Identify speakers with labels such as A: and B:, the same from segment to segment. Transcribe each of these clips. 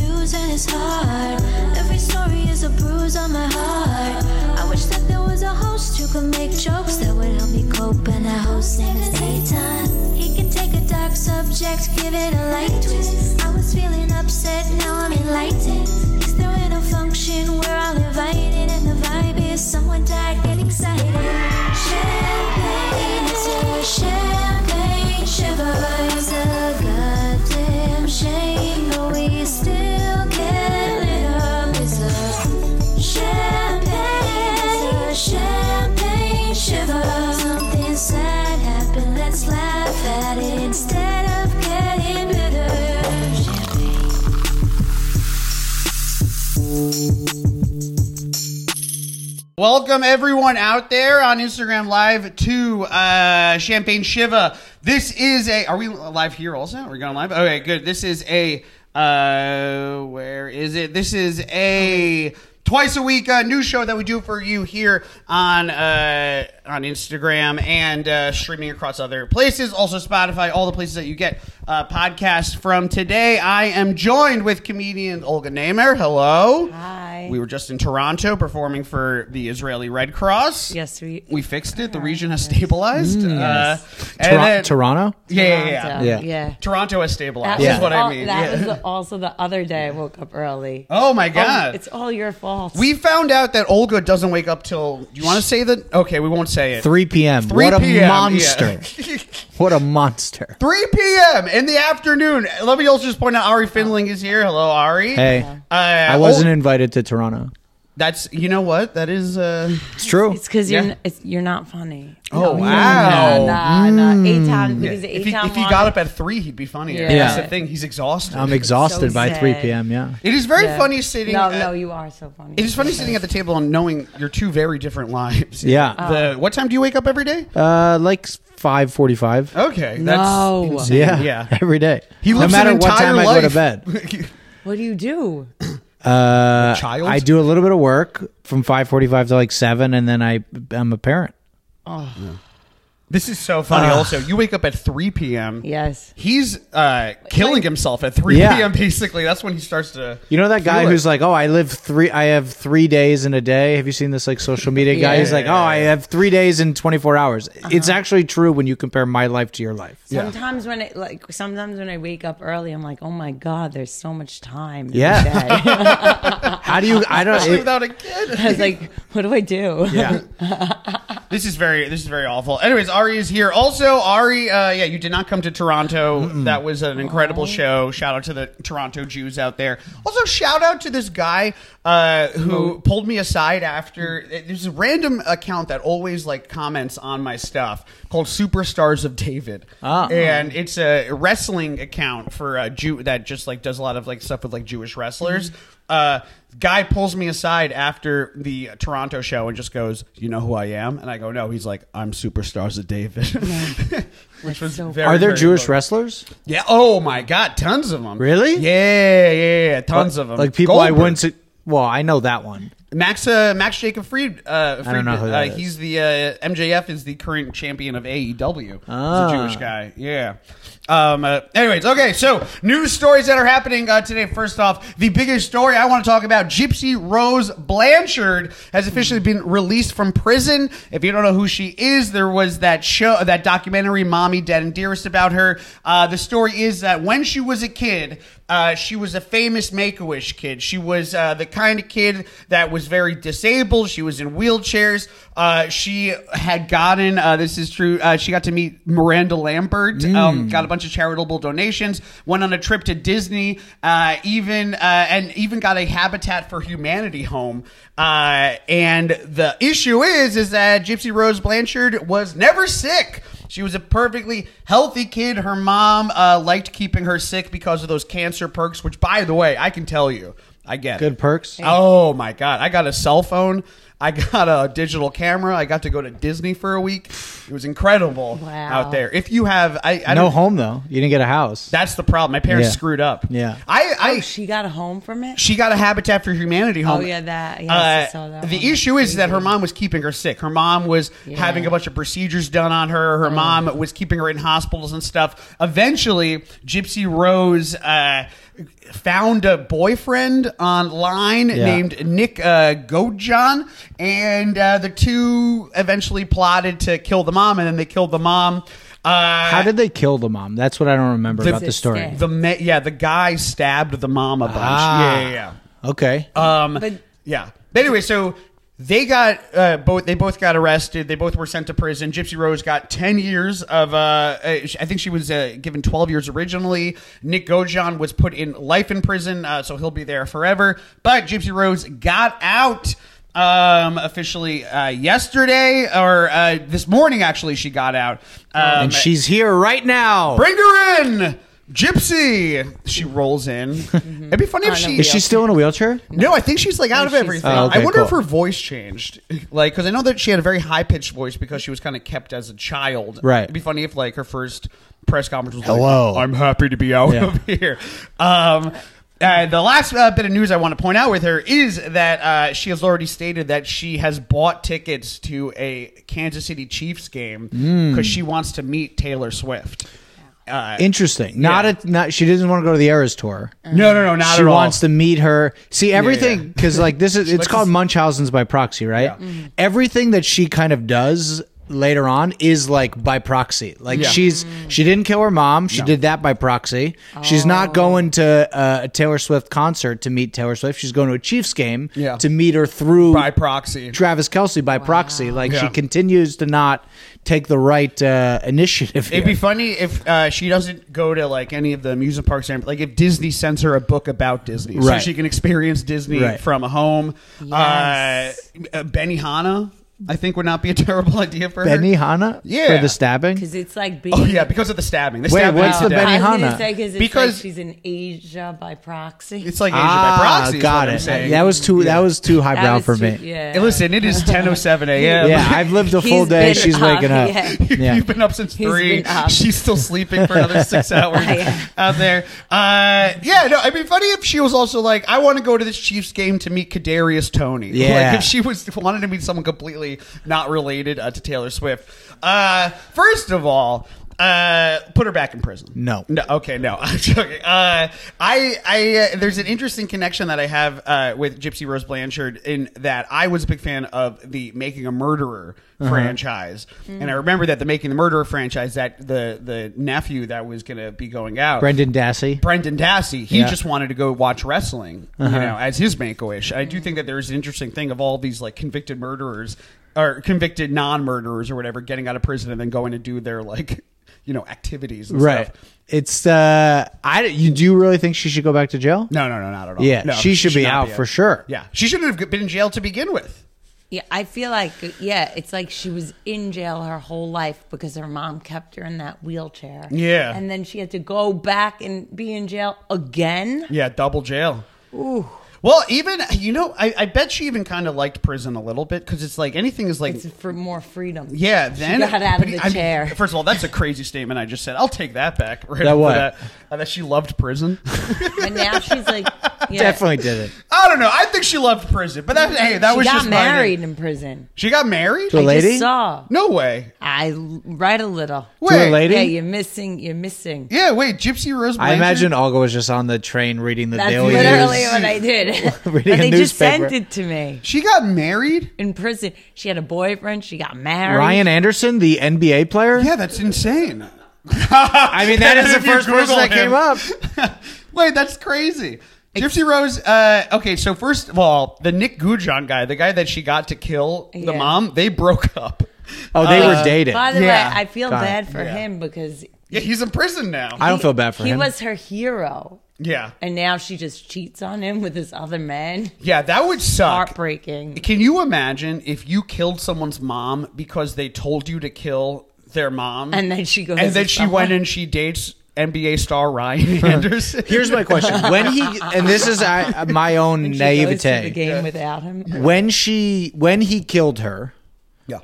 A: is hard. Every story is a bruise on my heart. I wish that there was a host who could make jokes that would help me cope. And a host name is Eitan. He can take a dark subject, give it a light twist. I was feeling upset, now I'm enlightened. He's throwing a function, we're all invited, and the vibe is someone died, get excited. Champagne, it's a champagne shiver. It's a goddamn shame, but we still can't lit up. It's a champagne, it's a champagne shiver. Something sad happened, let's laugh at it instead of getting bitter. Champagne.
B: Welcome everyone out there on Instagram Live to uh, Champagne Shiva. This is a. Are we live here also? Are we going live? Okay, good. This is a. Uh, where is it? This is a twice a week uh, news show that we do for you here on uh, on Instagram and uh, streaming across other places, also Spotify, all the places that you get uh, podcasts from. Today, I am joined with comedian Olga Nehmer. Hello.
C: Hi.
B: We were just in Toronto performing for the Israeli Red Cross.
C: Yes, we.
B: We fixed it. The region has stabilized. uh, and
D: Tor-
B: then-
D: Mm. Toronto?
B: Yeah, yeah, yeah.
C: Toronto.
D: Yeah.
C: yeah.
B: Toronto has stabilized.
C: That
B: That's
C: was
B: what I
C: all-
B: mean.
C: That
B: yeah.
C: was also the other day I woke up early.
B: oh my God.
C: it's all your fault.
B: we found out that Olga doesn't wake up till. Do you want to say that? Okay, we won't say it.
D: 3 p.m.
B: 3
D: what a
B: p.m., yeah.
D: monster. what a monster.
B: 3 p.m. in the afternoon. Let me also just point out Ari Finling is here. Hello, Ari.
D: Hey,
B: Uh,
D: I wasn't invited to Toronto.
B: That's you know what that is. Uh,
D: It's true.
C: It's because
B: Yeah.
C: you're n- it's, you're not funny.
B: oh
C: Nah,
B: wow!
C: nah, nah. Eight times because
B: If
C: eight
B: he,
C: times.
B: if he got up at three, he'd be funnier.
C: Yeah.
B: That's the
C: Yeah.
B: thing. He's exhausted.
D: I'm exhausted
C: so
D: by
C: sad.
D: 3 p.m. Yeah.
B: It is very funny sitting.
C: No,
B: at-
C: no, you are so funny.
B: It is funny sitting at the table and knowing your two very different lives.
D: Yeah.
C: Oh.
B: The, what time do you wake up every day?
D: Uh, like 5:45.
B: Okay.
C: No.
B: That's insane.
D: Yeah,
B: Oh, Yeah.
D: every day.
B: He
D: no
B: lives
D: matter
B: an
D: what
B: entire
D: time
B: life.
D: I go to bed.
C: What do you do?
D: Uh,
B: child?
D: I do a little bit of work from 5:45 to like seven, and then I I'm a parent.
B: this is so funny.
D: Uh.
B: also, you wake up at 3 p.m.
C: Yes.
B: He's uh, killing himself at 3
D: Yeah.
B: p.m. Basically, that's when he starts to.
D: You know that guy
B: Feel it.
D: who's like, "Oh, I live three. I have three days in a day." Have you seen this like social media guy?
C: Yeah.
D: He's like, "Oh, I have three days in 24 hours."
B: Uh-huh.
D: It's actually true when you compare my life to your life.
C: Sometimes when it like sometimes when I wake up early, I'm like, oh my god, there's so much time. in the
D: Yeah.
C: day.
D: How do you? I don't.
B: Especially
D: It,
B: without a kid.
C: I was like, what do I do?
D: yeah.
B: This is very this is very awful. Anyways, Ari is here. Also, Ari, uh, yeah, you did not come to Toronto. That was an incredible show. Shout out to the Toronto Jews out there. Also, shout out to this guy uh, who pulled me aside after. uh, There's a random account that always like comments on my stuff called Superstars of David,
D: Ah.
B: and it's a wrestling account for a Jew that just like does a lot of like stuff with like Jewish wrestlers. Uh, guy pulls me aside after the Toronto show and just goes, "You know who I am?" And I go, "No." He's like, "I'm superstars of David," which was
C: so
B: very.
D: Are there
B: very
D: Jewish
B: cool.
D: wrestlers?
B: Yeah. Oh my God, tons of them.
D: Really?
B: Yeah, yeah, yeah, tons of them.
D: Like people I
B: Goldberg.
D: wouldn't. s- Well, I know that one.
B: Max uh, Max Jacob Fried. Uh, Friedman,
D: know who that
B: uh,
D: is.
B: He's the uh, MJF is the current champion of AEW.
D: Ah.
B: He's a Jewish guy. Yeah. Um, uh, anyways, okay. So news stories that are happening uh, today. First off, the biggest story I want to talk about: Gypsy Rose Blanchard has officially been released from prison. If you don't know who she is, there was that show, that documentary, "Mommy, Dead and Dearest," about her. Uh, the story is that when she was a kid, uh, she was a famous Make a Wish kid. She was uh, the kind of kid that was very disabled. She was in wheelchairs. Uh, she had gotten uh, this is true. Uh, she got to meet Miranda Lambert. Um, got a bunch of charitable donations. Went on a trip to Disney. Uh, even uh, and even got a Habitat for Humanity home. Uh, and the issue is is that Gypsy Rose Blanchard was never sick. She was a perfectly healthy kid. Her mom uh, liked keeping her sick because of those cancer perks, which, by the way, I can tell you, I get it.
D: Good perks.
B: Oh my god, I got a cell phone. I got a digital camera. I got to go to Disney for a week. It was incredible
C: Wow.
B: out there. If you have, I, I
D: no
B: don't-
D: home though. You didn't get a house.
B: That's the problem. My parents
D: Yeah.
B: screwed up.
D: Yeah.
B: I, I,
C: Oh, she got a home from it.
B: she got a Habitat for Humanity home.
C: Oh, yeah, that- yes, I
B: Um, uh,
C: saw that
B: the
C: one. Mm-hmm.
B: issue is that her mom was keeping her sick. Her mom was
C: Yeah.
B: having a bunch of procedures done on her. Her mom was keeping her in hospitals and stuff. Eventually, Gypsy Rose uh, found a boyfriend online
D: Yeah.
B: named Nick uh, Gojan, and uh, the two eventually plotted to kill the mom, and then they killed the mom. Uh,
D: How did they kill the mom? That's what I don't remember about the
C: It's
D: story.
C: scary.
B: the ma- yeah the guy stabbed the mom a bunch.
D: Ah.
B: Yeah, yeah, yeah.
D: Okay.
B: Um,
C: But
B: Yeah. But anyway, so they got uh, both. They both got arrested. They both were sent to prison. Gypsy Rose got ten years of. Uh, uh, sh- I think she was uh, given twelve years originally. Nick Gojan was put in life in prison, uh, so he'll be there forever. But Gypsy Rose got out. Um, officially uh, yesterday or uh, this morning, actually, she got out. Um,
D: and she's here right now.
B: bring her in, Gypsy. She rolls in. It'd be funny if
C: Oh, no,
B: she
C: we
D: Is she still in a wheelchair?
B: no, I think she's like out of
C: she's
B: everything.
D: fine. Oh, okay,
B: I wonder if
D: cool.
B: her voice changed, like because I know that she had a very high pitched voice because she was kind of kept as a child.
D: Right.
B: It'd be funny if like her first press conference was
D: Hello.
B: like, "I'm happy to be out
D: Yeah.
B: of here." Um, and the last uh, bit of news I want to point out with her is that uh, she has already stated that she has bought tickets to a Kansas City Chiefs game because she wants to meet Taylor Swift. Uh,
D: Interesting. Not
B: Yeah. Uh-huh.
D: a not. She doesn't want to go to the Eras tour.
B: no, no, no, not
D: she
B: at all.
D: wants to meet her. See everything
B: yeah.
D: because like this is it's called Munchausen's by proxy, right?
B: Yeah.
D: Everything that she kind of does later on is like by proxy. Like
B: Yeah.
D: she's she didn't kill her mom. She did that by proxy. She's not going to uh, a Taylor Swift concert to meet Taylor Swift. She's going to a Chiefs game
B: Yeah.
D: to meet her through
B: by proxy.
D: Travis Kelsey by proxy. Like
B: Yeah.
D: she continues to not take the right uh, initiative.
B: It'd
D: here.
B: be funny if uh, she doesn't go to like any of the amusement parks, and like if Disney sends her a book about Disney, so
D: Right.
B: she can experience Disney
D: Right.
B: from a home.
C: Yes.
B: Uh, Benihana, I think, would not be a terrible idea for her.
D: Benihana
B: Yeah.
D: for the stabbing.
C: because it's like being.
B: Oh yeah, because of the stabbing. They
D: Wait,
B: stabbed
D: what's
B: her to
D: the
B: death.
D: Benny-
C: I was
D: Benihana.
C: gonna say cause it's because
B: Because-
C: like she's in Asia by proxy.
B: It's like Asia by
D: Ah,
B: proxy. is
D: got
B: what I'm
D: it.
B: saying.
D: That was too. That was too
C: That
D: highbrow
C: was
D: for
C: too-
D: me.
C: Yeah.
B: Hey, listen, it is ten oh seven a.m.
D: Yeah, I've lived a
C: He's
D: full day.
C: been
D: She's
C: up,
D: waking up.
C: yeah.
D: Yeah.
B: You've been up since
C: He's
B: three.
C: been up.
B: She's still sleeping for another six hours
C: Yeah.
B: out there. Uh, yeah, no, it'd be funny if she was also like, I want to go to this Chiefs game to meet Kadarius Tony.
D: Yeah.
B: Like if she was wanted to meet someone completely not related uh, to Taylor Swift. Uh, first of all, uh, put her back in prison.
D: No.
B: No. Okay. No. I'm joking. Uh, I. I. Uh, there's an interesting connection that I have uh, with Gypsy Rose Blanchard in that I was a big fan of the Making a Murderer
D: Uh-huh.
B: franchise, and I remember that the Making the Murderer franchise that the the nephew that was going to be going out.
D: Brendan Dassey.
B: Brendan Dassey, he
D: Yeah. Uh-huh.
B: just wanted to go watch wrestling, you know, as his make-a-wish. I do think that there's an interesting thing of all these like convicted murderers or convicted non-murderers or whatever getting out of prison and then going to do their like, you know, activities and
D: Right.
B: stuff.
D: It's. uh I. You do you really think she should go back to jail?
B: No, no, no, not at all.
D: Yeah,
B: No,
D: she should be
B: not
D: out for sure.
B: Yeah, she shouldn't have been in jail to begin with.
C: Yeah, I feel like yeah, it's like she was in jail her whole life because her mom kept her in that wheelchair.
B: Yeah.
C: and then she had to go back and be in jail again.
B: Yeah, double jail. Ooh. Well, even you know, I, I bet she even kind of liked prison a little bit because it's like anything is like
C: It's for more freedom.
B: Yeah, then
C: got out
B: but
C: of the
B: I mean,
C: chair.
B: first of all, that's a crazy statement I just said. I'll take that back. Right
D: That
B: after
D: what?
B: That, Uh, that she loved prison.
C: and now she's like, yeah,
D: Definitely did it.
B: I don't know. I think she loved prison, but that hey, that
C: Mm-hmm. She
B: was
C: got
B: just my-
C: married in prison.
B: She got married.
D: To a
C: I
D: lady.
C: just saw.
B: No way.
C: I l- write a little.
B: Wait.
D: To a lady.
C: Yeah, you're missing. You're missing.
B: Yeah, wait. Gypsy Rose. Blanchard?
D: I imagine Olga was just on the train reading the
C: That's
D: Daily
C: literally
D: News.
C: what I did. but
D: Reading a
C: they just
D: newspaper.
C: sent it to me
B: she got married.
C: in prison. She had a boyfriend. She got married.
D: Ryan Anderson, the NBA player.
B: Yeah, that's insane.
D: I mean, that is the
B: If you
D: first
B: Google
D: person that
B: him.
D: came up.
B: Wait, that's crazy. Gypsy Rose. Uh, okay, so first of all, the Nick Gujan guy, the guy that she got to kill the
C: Yeah.
B: mom, they broke up.
D: Oh, they
B: Uh,
D: were dating.
C: By the
B: Yeah.
C: way, I feel
D: Got it.
C: bad for
B: Yeah.
C: him because
B: Yeah, he's in prison now.
D: I don't feel bad for
C: he
D: him.
C: was her hero,
B: yeah,
C: and now she just cheats on him with this other man.
B: yeah, that would suck.
C: Heartbreaking.
B: Can you imagine if you killed someone's mom because they told you to kill their mom,
C: And then she goes
B: and then
C: to
B: she
C: someone-
B: went and she dates NBA star Ryan Anderson.
D: Here's my question: When he and this is I, my own
C: She goes to the
D: naivete.
C: game without him.
D: When she when he killed her,
B: yeah.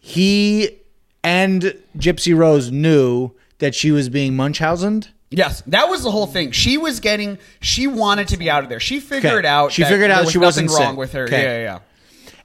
D: he and Gypsy Rose knew that she was being Munchausened.
B: Yes, that was the whole thing. She was getting. She wanted to be out of there. She figured
D: Okay.
B: out.
D: She
B: that
D: figured out
B: there was
D: she
B: nothing
D: wasn't
B: wrong
D: sick.
B: with her.
D: Okay.
B: Yeah, yeah,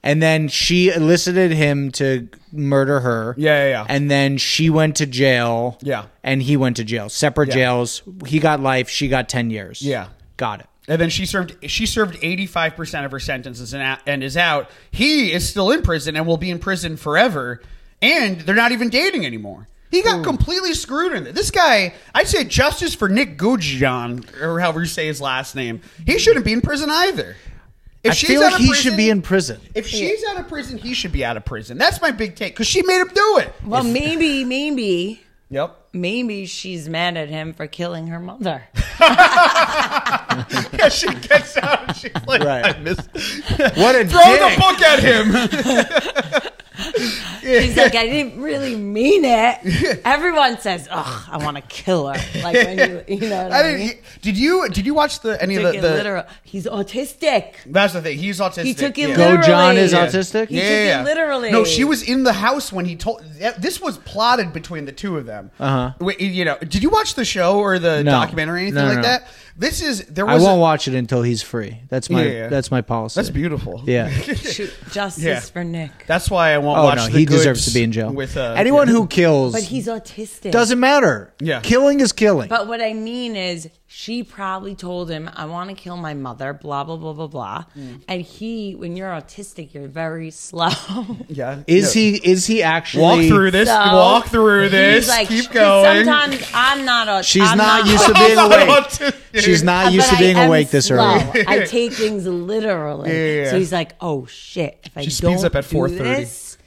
D: And then she elicited him to murder her.
B: Yeah, yeah, yeah.
D: And then she went to jail.
B: Yeah.
D: And he went to jail. Separate
B: Yeah.
D: jails. He got life. She got 10 years.
B: Yeah.
D: Got it.
B: yeah. And then she served. She served eighty five percent of her sentences and, out, and is out. He is still in prison and will be in prison forever. And they're not even dating anymore. He got completely screwed in this. This guy, I'd say justice for Nick Gujian, or however you say his last name. He shouldn't be in prison either. If
D: I feel like
B: out of
D: he should be
B: prison-
D: in prison.
B: If she's out of prison, he should be out of prison. That's my big take because she made him do it.
C: Well, maybe, maybe,
B: Yep.
C: maybe she's mad at him for killing her mother.
B: Yeah, she gets out. And she's like,
D: Right.
B: I missed.
D: What a
B: Throw the
D: dick.
B: book at him.
C: She's like, I didn't really mean it. Everyone says, "Ugh, I want to kill her." Like when you, you know, what I
B: I
C: mean?
B: didn't, e-, did you did you watch the any of
C: Took
B: the,
C: it
B: the-
C: literal. He's autistic.
B: That's the thing. He's autistic.
C: He took it
B: yeah.
D: Go John
C: literally.
D: is
C: Yeah.
D: autistic?
C: took it literally.
B: No, she was in the house when he told. that- This was plotted between the two of them.
D: Uh-huh.
B: Wait, You know, did you watch the show or the
D: No.
B: documentary or anything
D: No, no,
B: like
D: no.
B: that? This is there
D: I
B: was.
D: won't
B: a-
D: watch it until he's free. That's my
B: Yeah, yeah.
D: that's my policy.
B: That's beautiful.
D: Yeah.
C: Shoot, justice
B: Yeah.
C: for Nick,
B: That's why I won't
D: Oh
B: watch.
D: no,
B: The
D: he deserves
B: Goods
D: to be in jail.
B: With uh,
D: anyone
B: yeah.
D: who kills
C: but he's autistic.
D: doesn't matter.
B: Yeah.
D: Killing is killing.
C: But what I mean is, she probably told him, I want to kill my mother, blah, blah, blah, blah, blah.
B: Mm.
C: And he, when you're autistic, you're very slow.
B: Yeah.
D: is
B: No.
D: he is he actually
B: Walk through this.
C: So,
B: walk through this.
C: he's like,
B: keep
C: 'cause
B: going.
C: Sometimes I'm not autistic.
D: She's not, used to being
B: I'm not
D: awake.
B: autistic.
D: She's not
C: But
D: used to
C: I
D: being
C: am
D: awake this
C: slow.
D: early.
C: I take things literally.
B: Yeah, yeah,
C: So
B: yeah.
C: he's like, "Oh shit! If I
B: She speeds
C: don't
B: up at
C: do
B: 4:30.
C: this,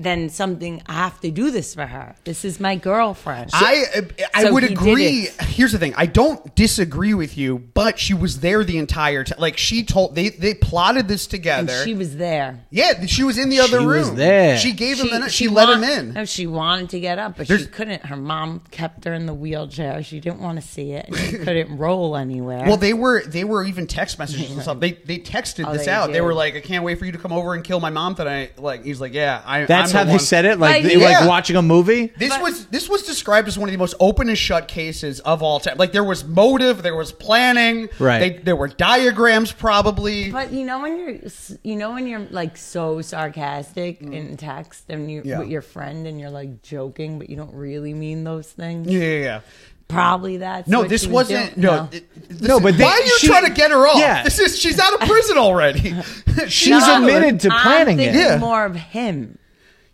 C: then something. I have to do this for her. This is my girlfriend."
B: I I
C: So
B: would
C: he did
B: agree.
C: it.
B: Here's the thing: I don't disagree with you, but she was there the entire time. Like she told, they they plotted this
C: and
B: together.
C: she was there.
B: yeah, she was in the other
D: She
B: room.
D: was there.
B: She gave him. the, she,
C: she
B: let
C: want-
B: him in.
C: No, she wanted to get up, but she
B: There's-
C: couldn't. Her mom kept her in the wheelchair. She didn't want to see it, and she couldn't roll anywhere.
B: Well, they were they were even text messages and stuff. They they texted
C: Oh,
B: this
C: they
B: out. They
C: did.
B: were like, "I can't wait for you to come over and kill my mom tonight." Like he's like, "Yeah, I."
D: That's
B: I'm the
D: how they
B: one."
D: said it,
C: Like,
D: like they- like
B: yeah.
D: watching a movie.
B: This was this was described as one of the most open and shut cases of all time. Like there was motive, there was planning,
D: Right.
B: They, there were diagrams, probably.
C: But you know when you're, s- you know when you're like so sarcastic in text and you
B: Mm. Yeah.
C: with your friend and you're like joking, but you don't really mean those things.
B: yeah, yeah, yeah.
C: Probably that's
B: No,
C: what
B: this
C: she was
B: wasn't.
C: doing.
B: No, it- this
D: No,
B: is-
D: but they-
B: why are you
D: she-
B: trying to get her off?
D: Yeah.
B: This is she's out of prison already.
D: She's
C: No,
D: admitted to
C: Oh, I'm
D: planning it.
C: thinking
B: Yeah.
C: More of him.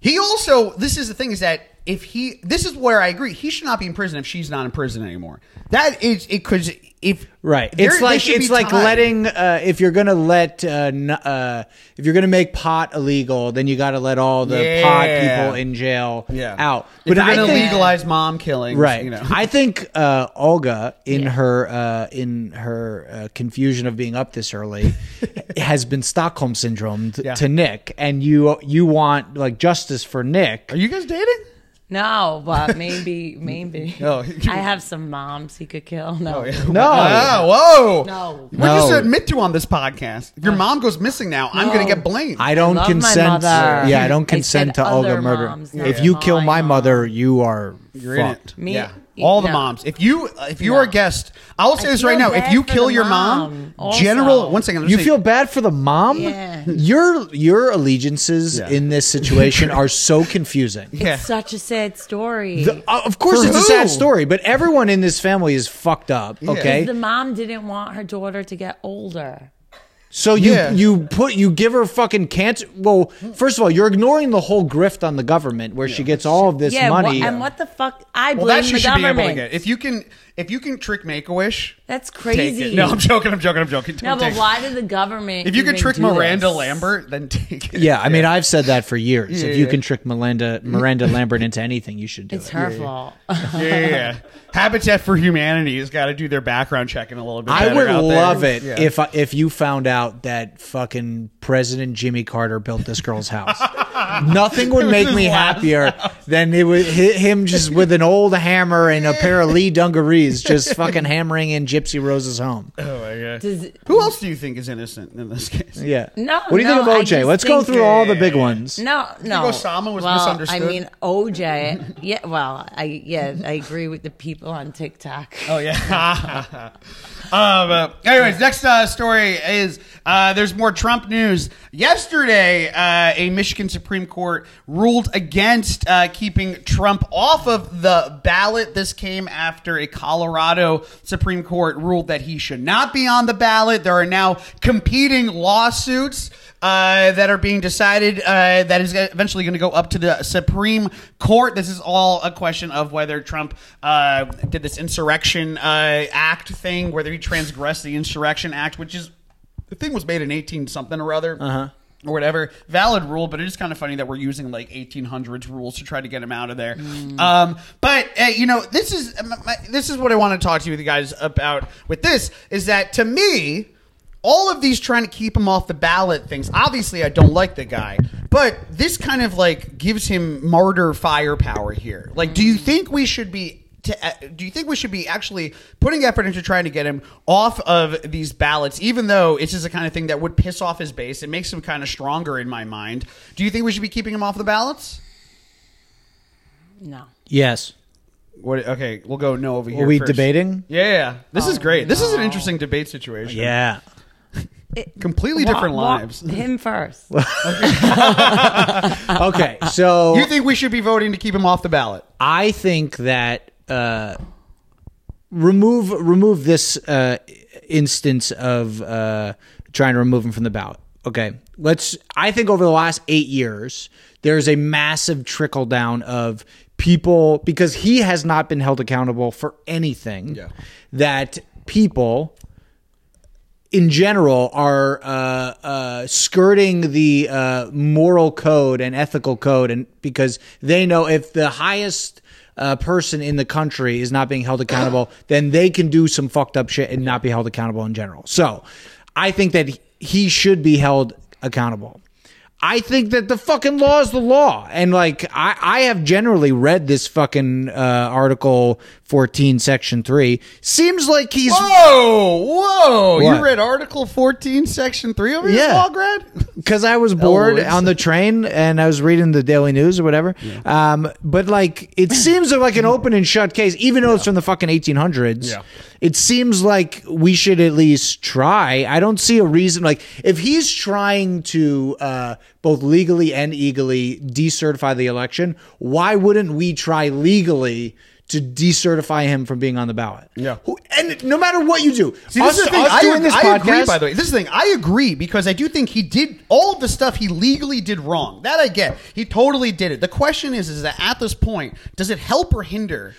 B: he also. This is the thing is that if he, this is where I agree. He should not be in prison if she's not in prison anymore. That is, it could if
D: Right.
B: there-
D: it's
B: they
D: like
B: should be
D: it's like
B: tied.
D: letting uh, if you're gonna let uh, n- uh, if you're gonna make pot illegal, then you got to let all the pot
B: Yeah.
D: people in jail
B: yeah
D: out.
B: But
D: But
B: if
D: I
B: you're going to
D: think
B: legalize mom killing,
D: right.
B: You know,
D: I think uh, Olga in
C: Yeah.
D: her uh, in her uh, confusion of being up this early has been Stockholm syndrome t-
B: Yeah.
D: to Nick, and you you want like justice for Nick.
B: are you guys dating?
C: No, but maybe, maybe.
B: No.
C: I have some moms he could kill. No,
D: No.
B: Oh, whoa.
C: No.
B: We're just
D: No.
B: to admit to on this podcast. If your mom goes missing now, I'm going to get blamed.
D: I don't
C: love my
D: consent.
C: mother.
D: Yeah, I don't
C: I said
D: consent to
C: other
D: Olga murder.
C: moms, not
D: if you
C: my
D: kill my
C: mom.
D: mother, you are
B: You're in
D: fucked.
B: it.
C: Me-
B: yeah. All the
C: no.
B: moms. If you if you
C: No.
B: are a guest, I'll say
C: I
B: this right
C: feel
B: now. If
C: bad
B: you
C: for
B: kill
C: the
B: your mom,
C: mom also.
B: general. One second. I'm
D: You
B: just
D: feel
B: saying-
D: bad for the mom?
C: Yeah.
D: Your your allegiances
B: Yeah.
D: in this situation are so confusing.
B: Yeah.
C: It's such a sad story.
D: The- uh, of course,
B: For
D: it's a
B: who?
D: sad story, but everyone in this family is fucked up. Okay,
C: the mom didn't want her daughter to get older.
D: so you
B: Yeah.
D: you put you give her fucking cancer. Well, first of all, you're ignoring the whole grift on the government where she gets all of this
C: yeah, wha-
D: money.
C: and what the fuck? I
B: Well,
C: blame
B: that she
C: the
B: should be able to
C: government.
B: get. If you can, if you can trick Make a Wish,
C: That's
B: take
C: crazy.
B: it. No, I'm joking. I'm joking. I'm joking.
C: No,
B: Don't
C: but
B: take it.
C: why did the government?
B: If you can
C: even
B: trick
C: do this?
B: Miranda Lambert, then take it.
D: yeah, I mean, I've said that for years. if you
B: yeah.
D: can trick Miranda Miranda Lambert into anything, you should do
C: it's
D: it.
C: her fault.
B: yeah, yeah, yeah. Habitat for Humanity has got to do their background checking a little bit.
D: I
B: better
D: would
B: out there.
D: love it
B: Yeah.
D: if I- if you found out that fucking President Jimmy Carter built this girl's house. Nothing would make me happier than it would hit him just with an old hammer and a pair of Lee dungarees movies just fucking hammering in Gypsy Rose's home.
B: Oh my god.
C: Does-
B: Who else do you think is innocent in this case?
D: Yeah.
C: No,
D: What do you
C: no, I
D: think of OJ?
C: just
D: Let's go
C: think-
D: through all the big ones.
C: No, no.
B: Osama was
C: well,
B: misunderstood?
C: I mean, OJ. Yeah, well, I yeah, I agree with the people on TikTok.
B: Oh yeah. um, uh, anyways, next uh, story is uh, there's more Trump news. Yesterday, uh, a Michigan Supreme Court ruled against uh, keeping Trump off of the ballot. This came after a Colorado Supreme Court ruled that he should not be on the ballot. There are now competing lawsuits uh, that are being decided uh, that is eventually going to go up to the Supreme Court. This is all a question of whether Trump uh, did this Insurrection uh, Act thing, whether he transgressed the Insurrection Act, which is the thing was made in 18 something or other. Uh-huh. Or whatever, valid rule, but it is kind of funny that we're using like 1800s rules to try to get him out of there. Um, but uh, you know, this is my, my- this is what I want to talk to you guys about. With this is that to me, all of these trying to keep him off the ballot things. Obviously, I don't like the guy, but this kind of like gives him martyr firepower here. Like, do you think we should be? To, uh, do you think we should be actually putting effort into trying to get him off of these ballots, even though it's just the kind of thing that would piss off his base? It makes him kind of stronger in my mind. Do you think we should be keeping him off the ballots?
C: No.
D: Yes.
B: What? Okay, we'll go no over here.
D: Are we
B: first.
D: debating?
B: Yeah, yeah, yeah. this is great. This is an interesting debate situation.
D: Yeah.
B: completely different lives.
C: Him first.
D: Okay. So
B: you think we should be voting to keep him off the ballot?
D: I think that uh, remove remove this uh, instance of uh, trying to remove him from the ballot. Okay, let's. I think over the last eight years, there's a massive trickle down of people because he has not been held accountable for anything.
B: Yeah.
D: That people in general are uh, uh, skirting the uh, moral code and ethical code, and because they know if the highest uh, person in the country is not being held accountable, then they can do some fucked up shit and not be held accountable in general. So, I think that he should be held accountable. I think that the fucking law is the law. And like, I, I have generally read this fucking uh, Article 14, Section 3. Seems like he's.
B: Oh, Whoa, Oh, whoa!
D: What?
B: You read Article 14, Section 3 over here,
D: Yeah.
B: law grad?
D: because I was bored
B: Elwood's.
D: on the train and I was reading the Daily News or whatever. Um, but like, it seems like an open and shut case, even though it's from the fucking 1800s.
B: Yeah.
D: It seems like we should at least try. I don't see a reason. Like, if he's trying to uh, both legally and egally decertify the election, why wouldn't we try legally? To decertify him from being on the ballot,
B: Yeah.
D: Who- and no matter what you do,
B: See, this is the thing. I,
D: doing this
B: I agree,
D: podcast-
B: by the way. This is the thing. I agree because I do think he did all of the stuff he legally did wrong. That I get. He totally did it. The question is, is that at this point, does it help or hinder?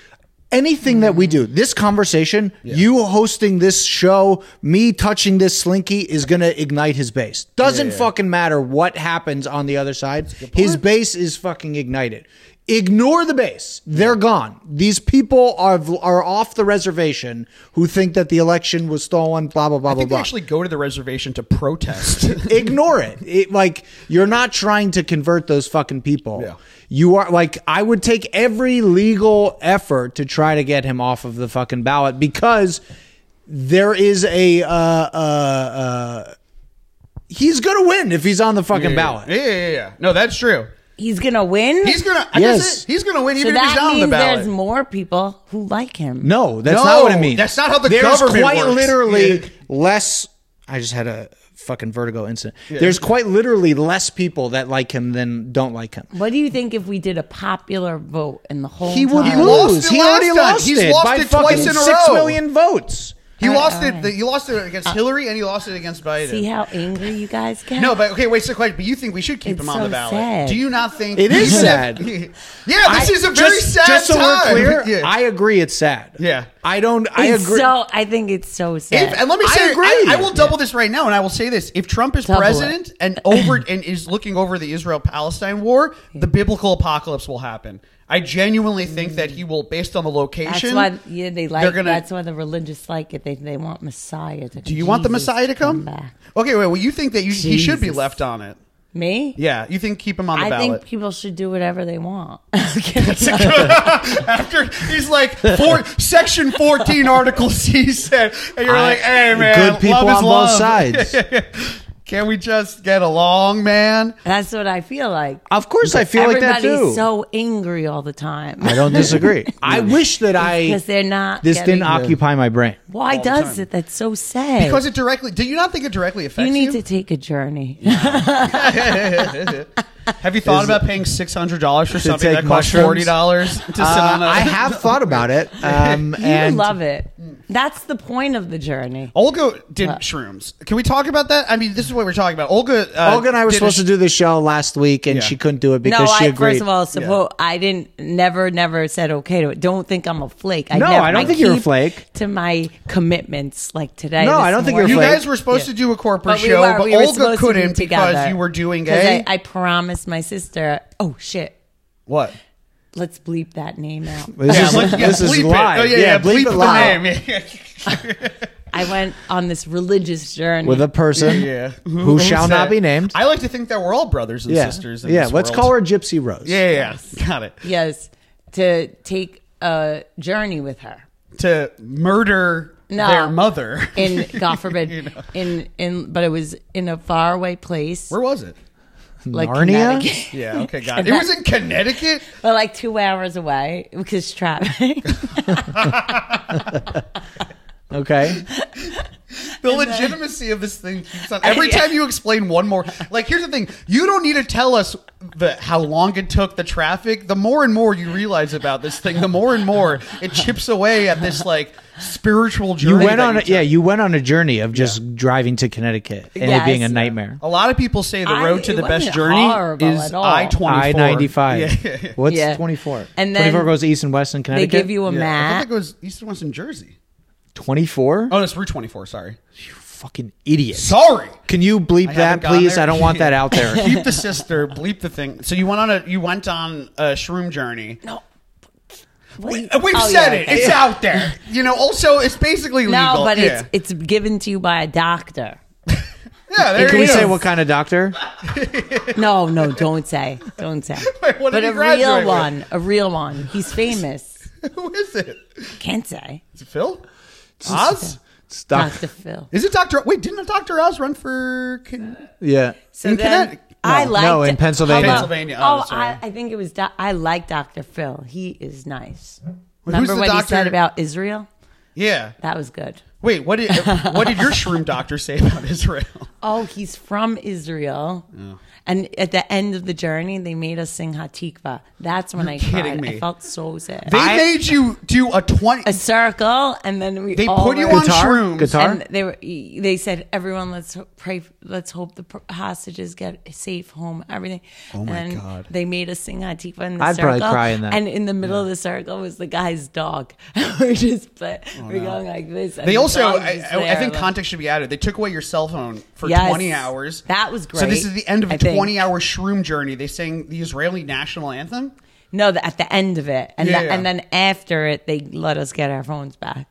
D: anything that we do, this conversation, you hosting this show, me touching this slinky is going to ignite his base. Doesn't fucking matter what happens on the other side. His base is fucking ignited. Ignore the base. They're gone. These people are are off the reservation who think that the election was stolen, blah blah blah
B: I think they
D: blah blah
B: actually go to the reservation to protest.
D: ignore it. it. Like you're not trying to convert those fucking people.
B: Yeah.
D: You are like I would take every legal effort to try to get him off of the fucking ballot because there is a uh, uh, uh, he's gonna win if he's on the fucking ballot.
B: Yeah, yeah, yeah. No, that's true.
C: He's gonna win.
B: He's gonna. I yes.
D: Yes.
B: he's gonna win
C: so
B: even if he's
C: that
B: not on the
C: means
B: ballot.
C: there's more people who like him.
D: No, that's
B: No,
D: not what I mean.
B: that's not how the
D: There's
B: government
D: quite
B: works.
D: literally
B: Yeah.
D: less. I just had a fucking vertigo incident. There's quite literally less people that like him than don't like him.
C: What do you think if we did a popular vote and the whole
D: He would
C: time-
B: lost
D: lose.
B: it
D: He
B: last
D: already
B: time.
D: lost
B: He's
D: it
B: lost
D: by
B: it
D: fucking
B: twice in a
D: six
B: row.
D: million votes.
B: he
C: All right,
B: lost
C: all
B: it.
C: right. Uh,
B: the- He lost it against Hillary, and he lost it against Biden.
C: see how angry you guys get.
B: No, but okay, wait. So, question. But you think we should keep
C: It's
B: him on
C: so
B: the ballot?
C: sad.
B: Do you not think
D: It is
B: Yeah.
D: sad.
B: yeah, this is a very
D: just,
B: sad
D: just so
B: time.
D: we're clear,
B: Yeah.
D: I agree. It's sad.
B: Yeah.
D: I don't. I
C: it's
D: agree.
C: so. I think it's so sad.
B: If- and let me
D: I
B: say, I,
D: agree.
B: I will double this right now, and I will say this: if Trump is
C: Double it.
B: president and over and is looking over the Israel-Palestine war, the biblical apocalypse will happen. I genuinely think that he will, based on the
C: that's
B: location.
C: why yeah, they like.
B: they're gonna-
C: that's why the religious like it. They they want Messiah. To,
B: do you want the Messiah to come?
C: back?
B: Okay, wait. Well, you think that you, he should be
C: Jesus.
B: left on it?
C: Me?
B: Yeah, you think keep him on the
C: I
B: ballot?
C: think people should do whatever they want.
B: After he's like four, section fourteen, article C said, and you're like, hey man,
D: good people
B: love is
D: on
B: love.
D: both sides.
B: Can we just get along, man?
C: That's what I feel like.
D: Of course, I feel like that
C: Everybody's
D: too.
C: so angry all the time.
D: I don't disagree. I wish that I
C: because they're not.
D: this
C: getting-
D: didn't occupy my brain.
C: Why does it? That's so sad.
B: Because it directly. Do you not think it directly affects
C: you
B: you?
C: need to take a journey.
B: Have you thought about paying six hundred dollars for something
D: take
B: that costs
D: mushrooms?
B: forty dollars? To sit
D: Uh,
B: on a-
D: I have thought about it, um,
C: you
D: and
C: love it. That's the point of the journey.
B: Olga did shrooms. Can we talk about that? I mean, this is what we're talking about. Olga. Uh,
D: Olga and I were
B: did a
D: supposed to
B: sh-
D: do the show last week, and
B: Yeah.
D: she couldn't do it
C: No,
D: because she
C: I
D: agreed.
C: first of all support. I didn't never never said okay to it. Don't think I'm a flake. I
D: No,
C: never,
D: I don't think you're a
C: keep
D: flake.
C: To my commitments, like today.
D: No,
C: this
D: I don't think
C: morning.
B: You
D: Flake.
B: guys were supposed to do a corporate
C: But we
B: show,
C: were-
B: but
C: we were
B: Olga
C: supposed to be
B: couldn't because
C: together.
B: you were doing
C: 'Cause
B: a
C: I, I promised my sister. Oh shit!
B: what?
C: Let's bleep that name out.
D: This
B: Yeah,
D: is,
B: like, yeah,
D: this is
B: bleep it.
D: live.
B: Oh, yeah, yeah, bleep,
D: it
B: the
D: live
B: name. Yeah,
C: I went on this religious journey.
D: with a person
B: yeah.
D: who shall
B: said
D: not
B: it?
D: be named.
B: I like to think that we're all brothers and
D: yeah,
B: sisters. In
D: yeah.
B: this
D: Let's
B: world.
D: call her Gypsy Rose.
B: Yeah, yeah, yeah. got it.
C: yes, to take a journey with her.
B: To murder
C: No.
B: their mother.
C: In God forbid,
B: You know.
C: in in but it was in a faraway place,
B: Where was it?
C: like
D: Narnia?
C: Connecticut.
B: Yeah. Okay. Got it. It was in Connecticut.
C: but like two hours away because traffic.
D: Okay.
B: The legitimacy of this thing keeps on. Every time you explain one more, like here's the thing: you don't need to tell us the how long it took the traffic. The more and more you realize about this thing, the more and more it chips away at this like spiritual journey.
D: You went
B: that
D: on. A,
B: took.
D: yeah, you went on a journey of just driving to Connecticut and it
C: Yes.
D: being a nightmare.
B: A lot of people say the
C: I-
B: road to
C: it
B: the best
C: wasn't
B: journey
C: horrible
B: is
C: at all.
B: I twenty
D: I
B: four.
D: ninety five. What's
C: Yeah.
D: twenty four?
C: And then
D: twenty four goes east and west in
C: they
D: Connecticut.
C: give you a
B: I thought
C: map.
B: that goes east and west in Jersey.
D: twenty four.
B: Oh, that's Route twenty four. Sorry.
D: Fucking idiot.
B: Sorry.
D: Can you bleep that,
B: haven't gone
D: please?
B: there.
D: I don't want that out there.
B: Keep the sister. Bleep the thing. So you went on a you went on a shroom journey.
C: no,
B: We,
C: Wait.
B: Uh, we've
C: Oh,
B: said
C: yeah,
B: it.
C: okay.
B: It's out there. You know. Also, it's basically legal.
C: No, but
B: yeah.
C: it's it's given to you by a doctor.
B: yeah. There
D: Can
B: you
D: we
B: go.
D: say what kind of doctor?
C: No, no, don't say, don't say.
B: Wait, what did
C: but
B: he
C: a
B: graduate
C: real
B: with?
C: one, a real one. He's famous.
B: Who is it?
C: Can't say,
B: Is it Phil? Oz?
D: It's doc-
C: Doctor Phil.
B: Is it Doctor? Wait, didn't Doctor Oz run for? Con-
D: Yeah.
C: So
B: In
C: then
B: Connecticut?
C: I
D: No,
C: liked
D: no, in Pennsylvania.
C: How
B: Pennsylvania, oh,
C: Oh,
B: that's right.
C: I, I think it was. Doc- I like Doctor Phil. He is nice.
B: who's
C: Remember
B: the
C: what he said
B: doctor-
C: about Israel?
B: Yeah.
C: That was good.
B: Wait, what did what did your shroom doctor say about Israel?
C: Oh, he's from Israel. And at the end of the journey, they made us sing Hatikva. That's when I
B: kidding
C: cried.
B: me.
C: I felt so sad.
B: They
D: I-
B: made you do a twenty.
C: a circle, and then we
B: They
C: all
B: put you
C: were-
B: on
D: Guitar?
B: shrooms.
D: Guitar?
C: And they were. They said, "Everyone, let's ho- pray. Let's hope the pr- hostages get safe home. Everything." Oh
B: my
C: and
B: God.
C: They made us sing Hatikva in the
D: I'd
C: circle.
D: probably cry in that.
C: And in the middle of the circle was the guy's dog. we're just, but we're going like this. and
B: Oh, They
C: the
B: also,
C: dog's
B: I,
C: just
B: I- I
C: there,
B: think
C: like-
B: context should be added. They took away your cell phone for
C: Yes.
B: 20 hours.
C: That was
B: So this
C: great,
B: is the end of a
C: I think.
B: 20 hour shroom journey. They sang the Israeli national anthem.
C: No, the, at the end of it, and
B: Yeah,
C: the-
B: yeah.
C: and then after it, they let us get our phones back.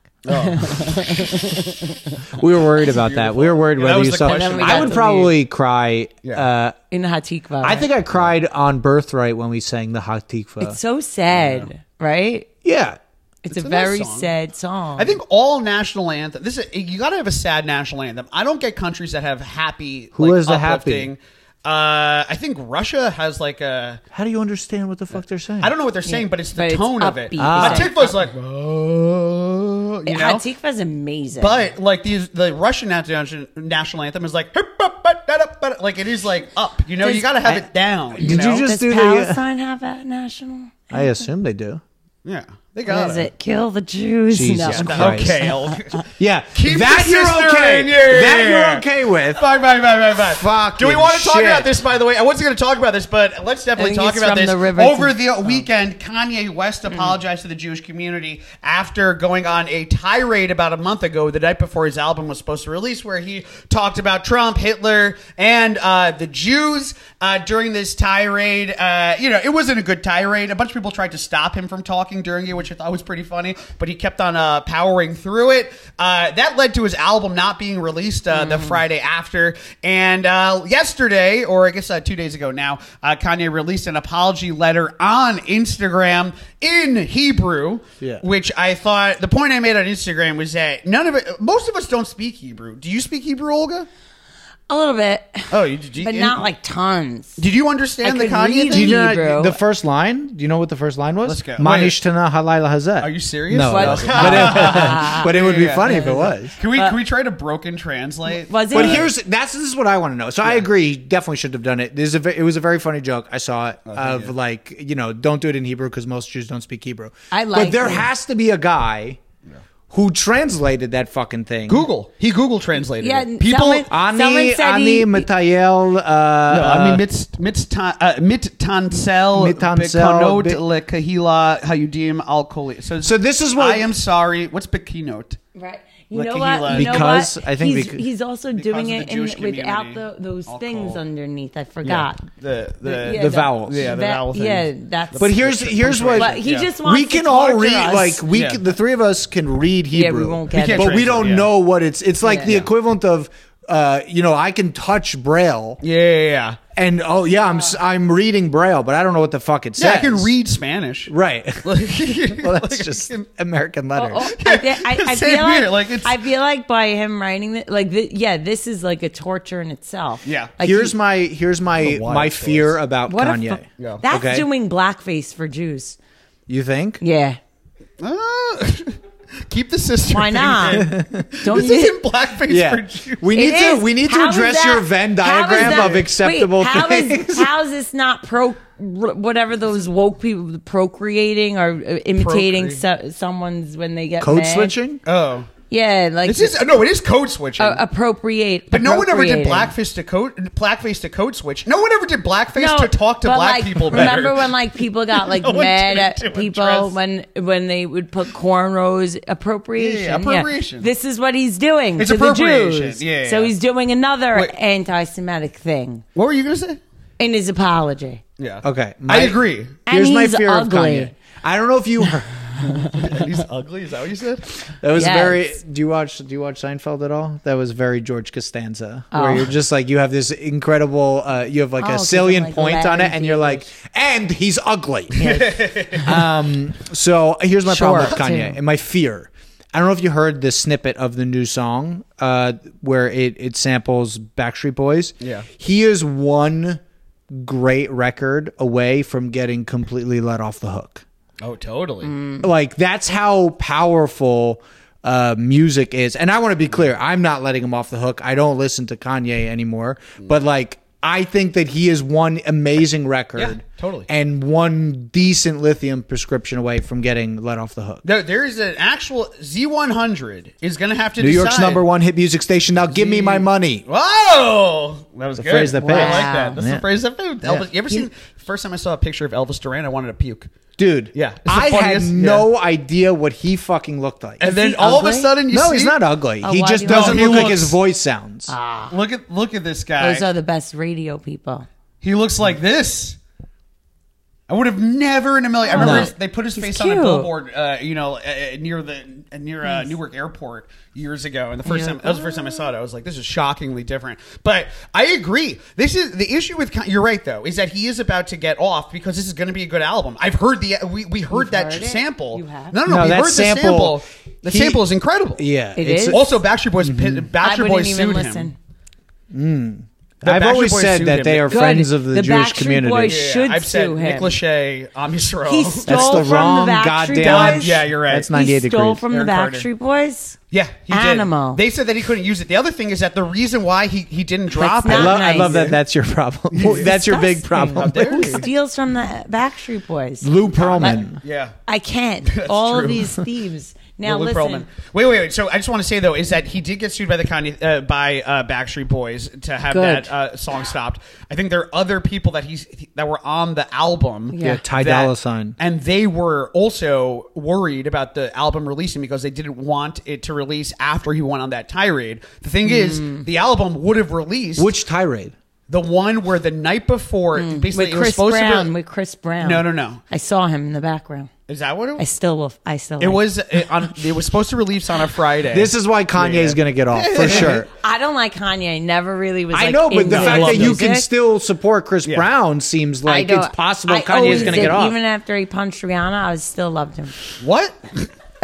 D: We were worried about that. We were worried
B: that
D: whether
B: was
D: you
B: the
D: saw.
B: question. And then we
D: I
B: got
D: would
C: to
D: probably cry.
B: Yeah.
D: Uh,
C: in Hatikva.
D: I think I cried on Birthright when we sang the Hatikva.
C: it's so sad, right?
D: yeah.
C: It's,
B: It's
C: a,
B: a nice
C: very
B: song.
C: sad song.
B: I think all national anthem. This is you got to have a sad national anthem. I don't get countries that have happy.
D: Who
B: like,
D: is the happy?
B: uplifting. Uh, I think Russia has like a.
D: How do you understand what the fuck they're saying?
B: I don't know what they're saying, but it's the
C: But it's
B: tone of it.
C: upbeat.
B: Ah.
C: It's like-
B: Hatikva's like, oh, you know.
C: Hatikva is amazing.
B: But like these, the Russian national national anthem is like, like it is like up. You know,
C: Does-
B: you got to have it down. You
D: Did you
B: know?
D: just-
C: does
D: do
B: uh,
D: the-
C: Palestine have a national?
D: I assume they do.
B: Yeah, they got
C: Does it kill the Jews?
D: Jesus
C: no.
D: Christ.
B: Okay, I'll-
D: Yeah.
B: Keep
D: that
B: the
D: you're
B: sister
D: okay.
B: in, yeah,
D: that
B: yeah, yeah.
D: you're okay with.
B: Bye, bye, bye, bye, bye. Do we
D: Fucking
B: want to talk
D: shit.
B: about this? By the way, I wasn't going to talk about this, but let's definitely
C: I think
B: talk
C: it's
B: about
C: from
B: this.
C: the river Mm.
B: Over
C: to-
B: the weekend, Kanye West apologized to the Jewish community after going on a tirade about a month ago, the night before his album was supposed to release, where he talked about Trump, Hitler, and uh, the Jews. Uh, during this tirade, uh, you know, it wasn't a good tirade. A bunch of people tried to stop him from talking during it, which which I thought was pretty funny, but he kept on uh, powering through it. Uh, that led to his album not being released uh, the Friday after. And uh, yesterday, or I guess uh, two days ago now, uh, Kanye released an apology letter on Instagram in Hebrew,
D: Yeah.
B: which I thought the point I made on Instagram was that none of it, most of us don't speak Hebrew. Do you speak Hebrew, Olga?
C: A little bit,
B: Oh, you, did you,
C: but not like tons.
B: Did you understand the
C: I could
B: Kanye
C: read
B: thing?
C: it.
D: Do you know
C: Hebrew.
D: the first line? Do you know what the first line was?
B: Let's go.
D: Manish tana halal hazet.
B: Are you serious?
D: No,
C: What?
D: no. but, it, but it would be
B: Yeah.
D: funny if it was.
B: Can we can we try to broken translate?
C: Uh, Was it?
D: But here's that's this is what I want to know. So I agree, he definitely should have done it. This is a, ve- it was a very funny joke. I saw it of
B: you.
D: like you know don't do it in Hebrew because most Jews don't speak Hebrew.
C: I
D: but
C: like
D: there
C: it.
D: has to be a guy who translated that fucking thing.
B: Google. He Google translated.
C: Yeah,
B: it. people.
C: someone- Someone
D: Ani
C: said
D: Ani
C: he-
D: Matayel. Uh,
B: No, I mean mit mit ta- uh, mit tansel
D: Mittanzel,
B: bekonot
D: be-
B: le kahila hayudim al koli. So
D: So this is what-
B: I am sorry. What's bekinot?
C: Right. You
B: Like
C: know
B: he
C: what?
B: like-
C: You know
D: Because-
C: what?
D: I think
C: he's,
D: becau-
C: he's also
B: of
C: doing
B: the
C: it in,
B: Jewish
C: without the,
B: community,
C: those
B: I'll
C: things
B: call-
C: underneath. I forgot.
B: The the
C: yeah,
D: the vowels.
B: Yeah, the
C: that-
B: vowel thing.
C: Yeah, that's.
D: but here's here's what
C: But he
B: Yeah.
C: just wants.
D: we can
C: to
D: all
C: torture
D: read
C: us.
D: like we
B: Yeah.
D: can, the three of us can read
C: Yeah,
D: Hebrew.
C: we won't get.
B: We can't
C: it.
D: but we don't
B: translate, yeah.
D: know what it's. It's like
C: Yeah.
D: the
C: Yeah.
D: equivalent of, uh, you know, I can touch Braille,
B: yeah, yeah, yeah.
D: and oh yeah, I'm s- I'm reading Braille, but I don't know what the fuck it
B: Yeah,
D: says.
B: I can read Spanish.
D: Right. well,
B: well,
D: that's just American letters.
C: Oh, I, thi- I, I
B: Same
C: feel like,
B: here, like, it's-
C: I feel like by him writing that, like, th yeah, this is like a torture in itself.
B: Yeah.
C: Like
D: here's
C: he-
D: my here's my
B: wild
D: my
B: choice.
D: fear about
C: oh. what a
D: Kanye.
C: fu- that's
D: Okay.
C: doing blackface for Jews.
D: You think?
C: Yeah,
B: Ah, keep the sister.
C: why
B: thing
C: not?
B: in.
C: Don't
B: This
C: you?
B: isn't blackface for Jews.
D: We need
C: It
D: to
C: is.
D: we need
C: How
D: to
C: is
D: address
C: that-
D: your Venn
C: how is
D: diagram
C: that-
D: of acceptable
C: wait, how is-
D: things.
C: how is this not pro whatever those woke people procreating or uh, imitating so, someone's when they get
D: Code
C: mad?
D: switching?
B: Oh,
C: Yeah, like
B: this is no. It is code switching.
C: uh, appropriate.
B: But no one ever did
C: appropriating.
B: blackface to code blackface to code switch. No one ever did blackface to
C: No,
B: talk to
C: but,
B: black
C: like,
B: people better.
C: Remember when like people got like
B: No one
C: mad
B: did
C: at
B: to
C: people
B: address-
C: when when they would put cornrows appropriation?
B: Yeah, appropriation.
C: This is what he's doing
B: It's
C: to the
B: appropriation,
C: Jews.
B: yeah,
C: So
B: yeah.
C: he's doing another
B: Wait.
C: anti-Semitic thing
B: what were you gonna say?
C: in his apology.
B: Yeah.
D: Okay,
B: I
D: my-
B: agree.
C: And
D: Here's my
C: he's
D: fear
C: ugly.
D: of Kanye. I don't know if you heard.
B: He's ugly. Is that what you said?
D: That was
C: Yes.
D: very. Do you watch Do you watch Seinfeld at all? That was very George Costanza, where you're just like you have this incredible. Uh, you have like
C: Oh,
D: a
C: 'cause I'm,
D: salient
C: like,
D: point on it, and you're like, and he's ugly. um. So here's my problem with
C: Short,
D: Kanye
C: too.
D: and my fear. I don't know if you heard the snippet of the new song, uh, where it it samples Backstreet Boys.
B: Yeah.
D: he is one great record away from getting completely let off the hook
B: Oh, totally.
D: like that's how powerful uh, music is. And I want to be clear, I'm not letting him off the hook. I don't listen to Kanye anymore, but like I think that he is one amazing record,
B: Yeah, totally.
D: and one decent lithium prescription away from getting let off the hook.
B: No, there is an actual Z100 is going to have to
D: New York's
B: decide-
D: number one hit music station. Now give me my money.
B: Whoa, that was a good.
D: phrase that
B: I
D: pays.
B: like that. That's
D: Wow.
B: the phrase that pays. Elvis, you ever
D: He-
B: seen? First time I saw a picture of Elvis Duran, I wanted to puke.
D: Dude,
B: Yeah, it's the
D: I had
B: funniest-
D: no idea what he fucking looked like.
B: And then
C: he
B: all of a
C: ugly?
B: sudden, you
D: no,
B: see,
D: he's not ugly.
C: Oh,
D: he
C: why
D: just
C: do you-
D: doesn't
B: No, he
D: look like his
B: looks- Ah,
D: voice sounds.
B: Look at look at this guy.
C: Those are the best radio people.
B: He looks like this. I would have never in a million. I remember
D: No.
B: his- they put his face on a
C: cute.
B: billboard, uh, you know, uh, uh, near the uh, near uh, Newark Airport years ago. And the first time that was the first time I saw it, I was like, "This is shockingly different." But I agree. This is the issue with. Con- You're right though, is that he is about to get off because this is going to be a good album. I've heard the we, we heard that
C: heard it?
B: sample.
C: You have?
B: No, no,
D: No,
B: we
D: that
B: heard
D: sample-
B: the sample. The
D: he-
B: sample is incredible.
D: Yeah,
C: It
D: it's-
C: is?
B: Also, Backstreet Boys.
C: I
B: Backstreet
C: wouldn't
B: Boys
C: even
B: sued
C: listen.
B: him. The
D: I've
B: Backstreet
D: always
B: Boys
D: said
B: sued
D: that
B: him.
D: they are
C: Good.
D: friends of the,
C: The
D: Jewish
C: Backstreet
D: community.
C: Boys
B: Yeah,
C: should
B: I've said
C: sue
B: Nick
C: him.
B: Lachey, Ami Sorrell.
C: He stole
D: That's the
C: from
D: wrong
C: the Backstreet
D: goddamn-
C: Boys.
B: Yeah, you're right.
D: That's 98
C: he stole
D: degrees.
C: from
B: Aaron
C: the
B: Carter.
C: Backstreet Boys.
B: Yeah, he did.
C: Animal.
B: They said that he couldn't use it. The other thing is that the reason why he, he didn't drop
D: I
C: not
B: it.
D: love, I love
C: nice.
D: that. That's your problem. that's your big
C: Disgusting.
D: problem.
B: dare
C: Who
B: you.
C: steals from the Backstreet Boys?
D: Lou Pearlman.
B: yeah.
C: I can't. All
B: true.
C: of these thieves. Now
B: Well, Lou
C: listen.
B: Pearlman. Wait, wait, wait. So I just want to say though is that he did get sued by the Kanye uh, by uh, Backstreet Boys to have
C: Good.
B: that uh, song stopped. I think there are other people that he's that were on the album.
C: Yeah. Yeah,
D: Ty
B: that-
D: Dolla Sign.
B: and they were also worried about the album releasing because they didn't want it to
C: Hmm.
B: release after he went on that tirade. The thing is, the album would have released
D: Which tirade?
B: The one where the night before, basically,
C: Hmm. with
B: it was
C: Chris
B: supposed
C: Brown.
B: to be.
C: With Chris Brown.
B: No, no, no.
C: I saw him in the background.
B: Is that what it
C: I
B: was?
C: still will. I still.
B: It
C: like-
B: was it, on. It was supposed to release on a Friday.
D: This is why Kanye's going to get off for sure.
C: I don't like Kanye. Never really was.
D: I
C: like,
D: know, but
C: into
D: the fact
C: his
D: that you can
C: music.
D: still support Chris
B: Yeah.
D: Brown seems
C: I
D: like
C: don't-
D: it's possible
C: I
D: Kanye's
C: always
D: going to
C: did.
D: get off.
C: Even after he punched Rihanna, I was still loved him.
B: what.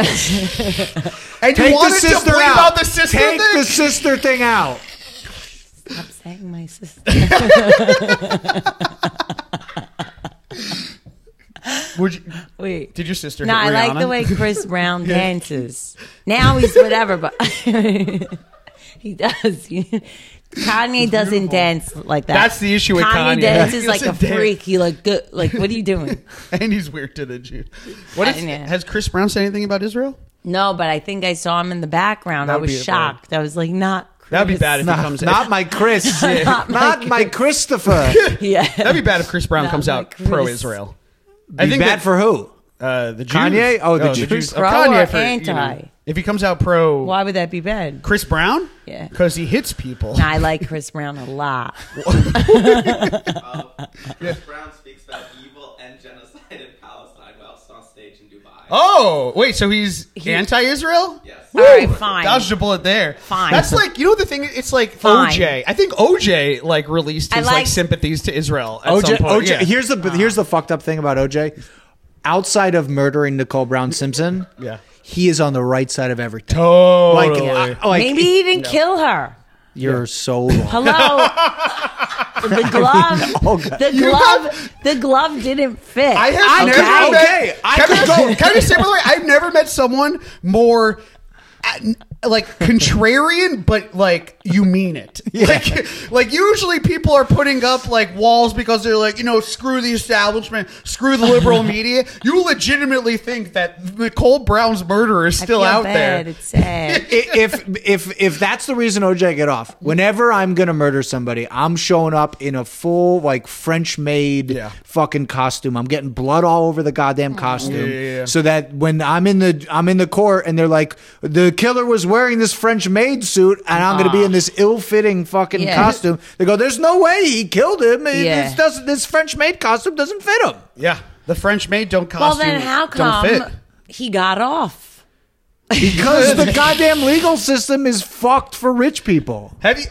B: and you
D: Take the
B: wanted to
D: sister
B: bleep
D: out.
B: out the sister
D: Take
B: thing?
D: the sister thing out.
C: Stop saying my sister.
B: Would you,
C: Wait.
B: did your sister?
C: No,
B: hit
C: I like
B: Rihanna?
C: the way Chris Brown dances. Now he's whatever, but he does. Kanye doesn't dance like that.
B: That's the issue with Kanye.
C: dances
B: He
C: like a
B: doesn't dance.
C: freak. He like good. Like what are you doing?
B: and he's weird to the Jew. What is,
C: I know.
B: has Chris Brown said anything about Israel?
C: No, but I think I saw him in the background.
B: That
C: I
B: would be
C: was
B: a-
C: shocked. I was like, not. Chris.
B: That'd be bad if he
D: Not,
B: comes.
D: not my Chris. not, my, Christopher.
C: Yeah.
B: that'd be bad if Chris Brown
C: Not
B: comes
C: my
B: out
C: Chris.
B: pro-Israel. I
D: I
B: think
D: think bad
B: that-
D: for who?
B: Uh, the Jews.
D: Kanye? Oh, the Jews.
B: Oh,
C: Pro
B: Kanye
C: or
B: for, you know,
C: anti?
B: if he comes out pro,
C: Why would that be bad?
B: Chris Brown?
C: Yeah.
B: Because he hits people.
C: I like Chris Brown a lot.
E: Chris Brown speaks about evil and genocide in Palestine whilst on stage in Dubai.
B: Oh, wait, so he's anti-Israel?
E: Yes.
C: All right, fine.
B: Dodged a bullet there.
C: Fine.
B: That's like you know the thing. It's like
C: Fine.
B: OJ. I think OJ like released
C: I
B: his like,
C: like-
B: sympathities to Israel. At some
D: OJ.
B: point.
D: OJ.
B: Yeah.
D: Here's the here's the fucked up thing about OJ. Outside of murdering Nicole Brown Simpson,
B: Yeah.
D: he is on the right side of everything. Like,
B: totally.
D: I- like,
C: Maybe he didn't kill her.
D: you're so wrong.
C: Hello. the
D: Oh,
C: glove.
D: God.
C: The
B: You
C: glove. the glove didn't fit.
B: I have
D: I
B: never
D: okay.
B: met.
D: okay. I
B: can, I
D: could
B: just-
D: go-
B: can I just say by the way, I've never met someone more. uh, Like contrarian, but like you mean it. Like, like usually people are putting up like walls because they're like, you know, screw the establishment, screw the liberal media. You legitimately think that Nicole Brown's murder is
C: I
B: still
C: feel
B: out
C: bad.
B: there?
C: It's sad.
D: if if if that's the reason OJ get off, whenever I'm gonna murder somebody, I'm showing up in a full like French maid
B: Yeah.
D: fucking costume. I'm getting blood all over the goddamn costume,
B: Yeah, yeah, yeah.
D: so that when I'm in the I'm in the court and they're like, the killer was wearing this French maid suit, and I'm gonna be in this ill fitting fucking
C: Yeah.
D: costume. They go, there's no way he killed him. It-
C: Yeah.
D: This doesn't this French maid costume doesn't fit him.
B: Yeah, the French maid don't
C: well,
B: costume.
C: then how
B: don't fit.
C: come he got off?
D: Because the goddamn legal system is fucked for rich people.
B: Have you?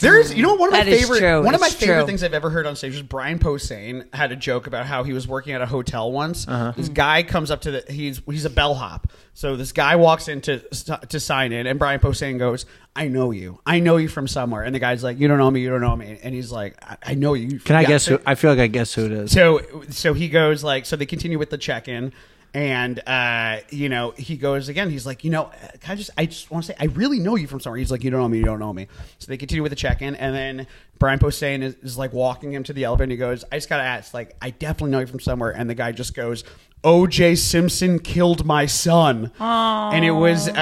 B: There's, you know, one of my
C: That is
B: favorite,
C: true.
B: one of my
C: It's
B: favorite
C: true.
B: things I've ever heard on stage was Brian Posehn had a joke about how he was working at a hotel once.
D: Uh-huh.
B: This guy comes up to the, he's he's a bellhop, so this guy walks in to to sign in, and Brian Posehn goes, "I know you, I know you from somewhere," and the guy's like, "You don't know me, you don't know me," and he's like, "I, I know you."
D: Can I
B: Yeah.
D: guess who? I feel like I guess who it is.
B: So so he goes like so they continue with the check in and uh you know he goes again he's like you know uh, can I just I just want to say I really know you from somewhere he's like you don't know me you don't know me so they continue with the check in and then Brian Posehn is, is like walking him to the elevator and he goes I just gotta ask like I definitely know you from somewhere and the guy just goes O.J. Simpson killed my son and it was uh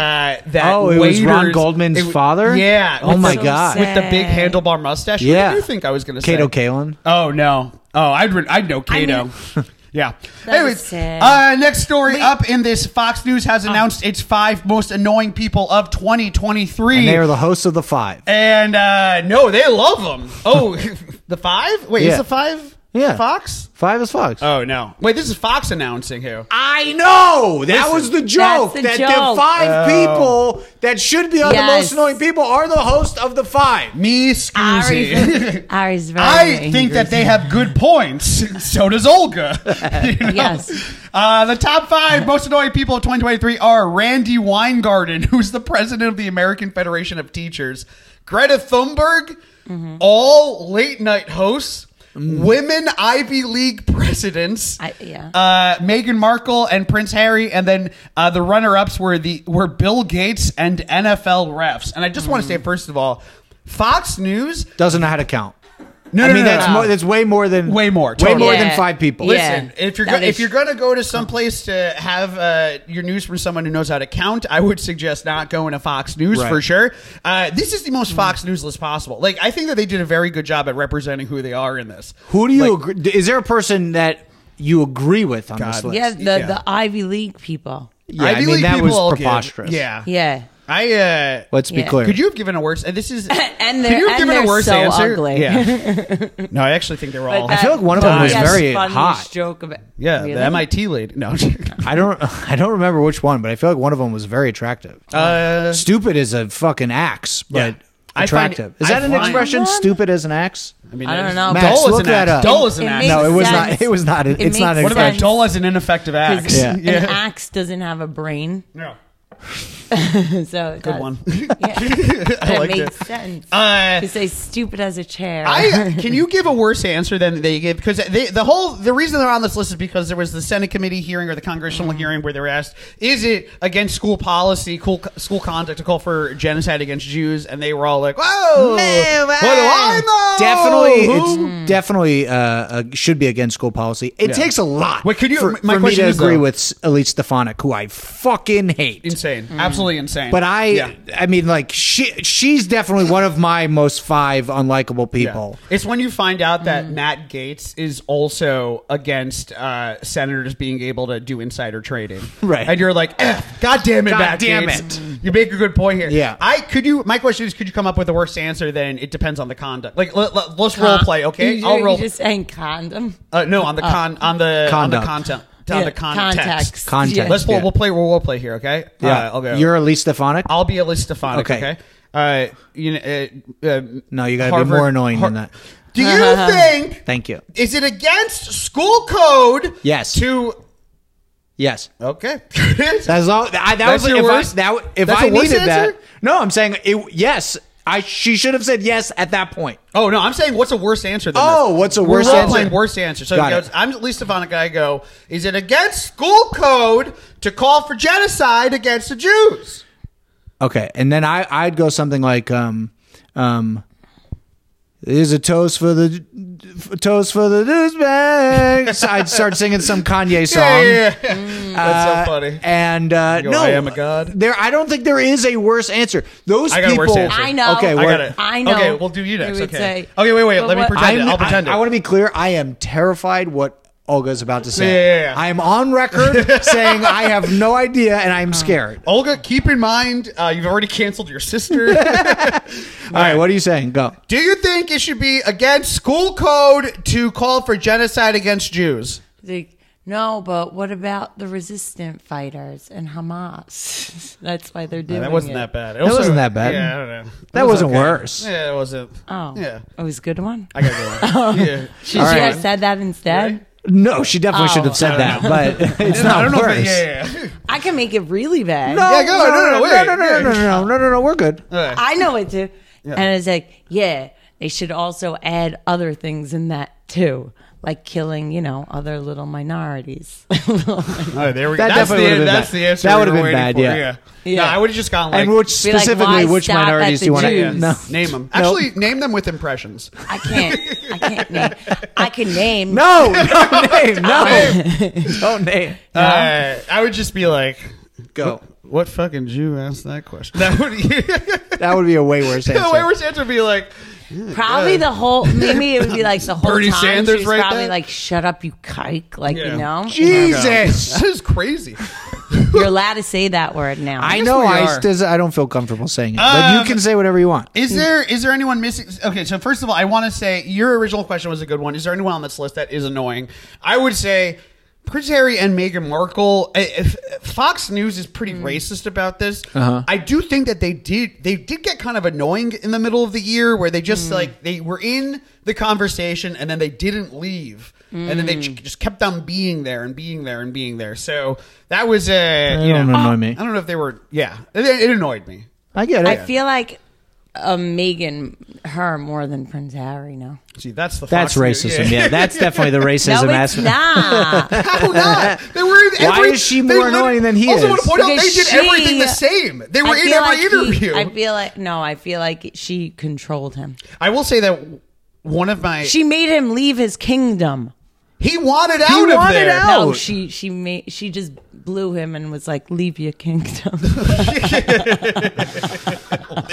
B: that
D: Oh, it was Ron
B: waiter's-
D: Goldman's
B: it wa-
D: father?
B: yeah
D: Oh
B: with
D: my
B: the,
D: God.
B: with the big
C: Sad.
B: handlebar mustache
D: Yeah.
B: what do you think I was gonna
D: Kato
B: say
D: Kalin.
B: Oh no! Oh, I'd re- I'd know Kato. yeah.
C: That
B: Anyways,
C: was sad. Oh.
B: uh, next story up in this Fox News has announced its five most annoying people of 2023.
D: And they are the hosts of the five.
B: And, uh, no, they love them. Oh, the five? Wait,
D: Yeah.
B: is the five?
D: Yeah.
B: Fox.
D: Five is Fox.
B: Oh no! Wait, this is Fox announcing who?
D: I know. That
B: Listen,
D: was the joke.
C: the
D: that
C: joke.
D: the five people that should be on the
C: Yes.
D: most annoying people are the host of the five.
B: Me,
C: Ari's,
B: Scoozy.
C: Ari's very.
B: I think that they have good points. So does Olga. You know?
C: Yes.
B: Uh, the top five most annoying people of 2023 are Randy Weingarten, who's the president of the American Federation of Teachers, Greta Thunberg,
C: Mm-hmm.
B: all late night hosts, women Ivy League presidents,
C: Mm. I- yeah.
B: uh, Meghan Markle and Prince Harry, and then uh, the runner-ups were the were Bill Gates and NFL refs. And I just
C: Mm.
B: want to say, first of all, Fox News
D: Doesn't know how to count.
B: No,
D: I
B: no,
D: mean,
B: no,
D: that's,
B: no.
D: More, that's way more than
B: Way more,
D: way
B: totally.
D: more
C: Yeah.
D: than five people.
C: Yeah.
B: Listen,
D: Eh,
B: if you're go-
C: That
B: if
C: is-
B: you're gonna go to some place to have uh, your news from someone who knows how to count, I would suggest not going to Fox News
D: Right. Mm-hmm.
B: for sure. Uh, this is the most Fox News list possible. Like, I think that they did a very good job at representing who they are in this.
D: Who do you
B: Like-
D: agree? Is there a person that you agree with on
B: God.
D: this list?
C: yeah, the,
B: yeah.
C: the Ivy League people.
D: Yeah, I
B: Ivy
D: mean
B: League
D: that
B: people
D: was
B: I'll give-
D: preposterous.
B: yeah,
C: Yeah.
B: I uh,
D: Let's be
C: Yeah.
D: clear.
B: could you have given a worse? And this is
C: And they're,
B: could you have given
C: and they're
B: a worse
C: so
B: answer?
C: ugly.
B: Yeah. no, I actually think they were all.
D: I feel like one of them was very hot.
C: Joke about,
B: yeah,
C: Really?
B: the MIT lead. No,
D: I don't. I don't remember which one, but I feel like one of them was very attractive.
B: uh,
D: stupid is a fucking axe, but
B: Yeah. I find-
D: attractive. is
B: I
D: that an
B: find-
D: expression? Stupid as an axe?
B: mean,
C: I don't
B: it's-
C: know.
D: Max,
B: dull is
D: look
B: an
D: that
B: axe.
D: up.
B: Dull is an
C: It
B: axe.
C: makes
D: No, it was
C: sense.
D: not. It was not. It
C: It
D: it's not an
C: makes
B: What about
C: sense.
D: expression.
B: dull as an ineffective axe?
C: Because
D: Yeah.
C: an axe doesn't have a brain.
B: No.
C: So
B: Good
C: it does.
B: one.
C: Yeah. that
B: liked
C: makes
B: it.
C: sense.
B: Uh,
C: to say stupid as a chair.
B: I can you give a worse answer than they gave because they, the whole the reason they're on this list is because there was the Senate committee hearing or the congressional hearing where they were asked is it against school policy cool, school conduct to call for genocide against Jews and they were all like whoa what do I know
D: Oh! Definitely,
B: Who?"
D: it's definitely uh, uh, should be against school policy. It
B: Yeah.
D: takes a lot.
B: Wait, could you-
D: for,
B: my
D: for me
B: question
D: to
B: is, uh,
D: agree
B: though-
D: with S- Elite Stefanik, who I fucking hate.
B: insane absolutely insane
D: Mm. But I,
B: Yeah.
D: I mean, like she, she's definitely one of my most five unlikable
B: Yeah.
D: people.
B: It's when you find out that
C: Mm-hmm.
B: Matt Gates is also against uh, senators being able to do insider trading,
D: Right.
B: And you're like, "Eh, God damn it,
D: God
B: Matt
D: damn
B: Gates.
D: it.
B: You make a good point here.
D: Yeah.
B: I could you. My question is, could you come up with a worse answer than it depends on the conduct? Like, let, us role play, okay?
C: Uh, You,
B: I'll
C: you
B: roll.
C: just saying condom.
B: uh, no, on the con, on the on
D: Conduct.
B: the content, on
C: Yeah,
B: the context.
C: Context.
D: Context.
C: Yeah.
B: Let's
D: Yeah.
B: we'll, we'll play we'll, we'll play here, okay? uh, I'll go.
D: you're Elite Stefanik.
B: I'll be a Stefanik, okay?
D: Okay.
B: Uh, you know, uh, uh,
D: No, you gotta be more annoying than that.
B: Do you think
D: Thank you.
B: is it against school code?
D: Yes.
B: To
D: Yes.
B: okay.
D: That's all. I, that
B: That's
D: was
B: your
D: if
B: worst-
D: I, that, if
B: that's
D: I
B: a worse
D: needed
B: answer?
D: that. No, I'm saying it, yes. I she should have said yes at that point.
B: oh no, I'm saying what's a worse answer than
D: Oh,
B: this?
D: what's a
B: We're
D: worse
B: role
D: answer?
B: playing worst answer. So
D: Got
B: he
D: it.
B: goes, I'm at least Stefanik. I go, is it against school code to call for genocide against the Jews?
D: Okay, and then I I'd go something like um um. Is a toast for the f- toast for the douchebags. I'd start singing some Kanye song.
B: Yeah, yeah, yeah. That's so funny.
D: Mm. And uh,
B: go,
D: no,
B: "I am a god."
D: There, I don't think there is a worse answer. Those
B: I got a
D: people,
B: worse answer.
C: I know.
D: Okay,
C: I
B: I
D: what-
B: got it.
C: I know.
B: Okay, we'll do you
C: You
B: next.
C: would
B: Okay.
C: say-
B: okay, wait, wait.
C: But
B: Let me
C: what-
B: pretend
D: I'm-
B: it. I'll pretend
D: I,
B: it.
D: want to be clear. I am terrified what Olga's about to say.
B: Yeah, yeah, yeah.
D: I am on record saying I have no idea and I'm scared.
B: Olga, keep in mind, uh, you've already canceled your sister.
D: All right, what are you saying? Go.
B: Do you think it should be against school code to call for genocide against Jews?
C: Like, no, but what about the resistant fighters and Hamas? That's why they're doing
B: that wasn't
C: it.
B: that bad. It
D: That wasn't that bad.
B: Yeah, I don't know.
D: That
B: It was
D: wasn't worse.
B: Yeah, it wasn't.
C: Oh,
B: Yeah.
C: it was a good one.
B: I
D: Oh.
B: got to go. yeah.
C: Should she
D: right.
C: have said that instead?
D: No, she definitely
C: Oh.
D: should have said that, but it's
B: I
D: not
B: don't know
D: worse.
B: if it, yeah, yeah, yeah.
C: I can make it really bad.
D: No,
B: Yeah, go.
D: no,
B: No, no,
D: no,
B: wait.
D: no, no, no, no, no, no, no, no, we're good.
B: All right.
C: I know it too. And it's like, yeah, they should also add other things in that too, like killing, you know, other little minorities.
B: All right, there we go. That's,
D: That definitely
B: the,
D: would've been
B: that's
D: bad.
B: the answer.
D: That
B: we
D: would've
B: were
D: been
B: waiting
D: bad,
B: for.
D: yeah.
B: No,
C: Yeah.
B: I would have just gone like,
D: and which
C: Be like,
D: specifically,
C: why
D: which
C: stop at
D: minorities do you
C: the
D: want to?
C: Jews?
D: No,
B: name them.
D: No.
B: Actually, name them with impressions.
C: I can't, I can't name. I can name.
D: no, no name, no, don't name.
B: Uh, I would just be like,
D: Go.
B: What fucking Jew asked that question? That would the
D: That would be a way worse answer.
B: way we're saying would be like,
C: Probably the whole. Maybe it would be like the whole
B: Bernie
C: time.
B: Sanders
C: she's
B: right
C: probably
B: there?
C: like, "Shut up, you kike!" Like
B: Yeah.
C: you know,
D: Jesus.
B: that is crazy.
C: you're allowed to say that word now.
D: I
B: guess
D: know
B: we
D: I,
B: are.
D: stis- I don't feel comfortable saying it,
B: Um,
D: but you can say whatever you want.
B: Is there is there anyone missing? Okay, so first of all, I want to say your original question was a good one. Is there anyone on this list that is annoying? I would say Prince Harry and Meghan Markle. I- If, Fox News is pretty
D: Hmm.
B: racist about this.
D: Uh-huh.
B: I do think that they did they did get kind of annoying in the middle of the year where they
D: Hmm.
B: just like they were in the conversation and then they didn't leave. And then they
D: Hmm.
B: j- just kept on being there and being there and being there. So that was a you
D: don't
B: know,
D: annoy me.
B: I don't know if they were. Yeah, it, it annoyed me.
D: I get it.
C: I feel like um, Megan, her more than Prince Harry. No,
B: See, that's the
D: that's
B: Fox News-
D: racism. Yeah, that's definitely the racism
C: no, it's
D: aspect.
C: not.
B: How not? They were in every.
D: Why is she
B: they
D: more
B: lit-
D: annoying than he
B: also
D: is?
B: want to point out they
C: Because
B: did
C: she-
B: everything the same. They were
C: I
B: in
C: feel
B: every
C: like he-
B: interview.
C: I feel like no. I feel like she controlled him.
B: I will say that one of my
C: She made him leave his kingdom.
B: he wanted out of
D: wanted
B: there.
D: out.
C: No,
D: Out.
C: she she made she just blew him and was like, "Leave your kingdom."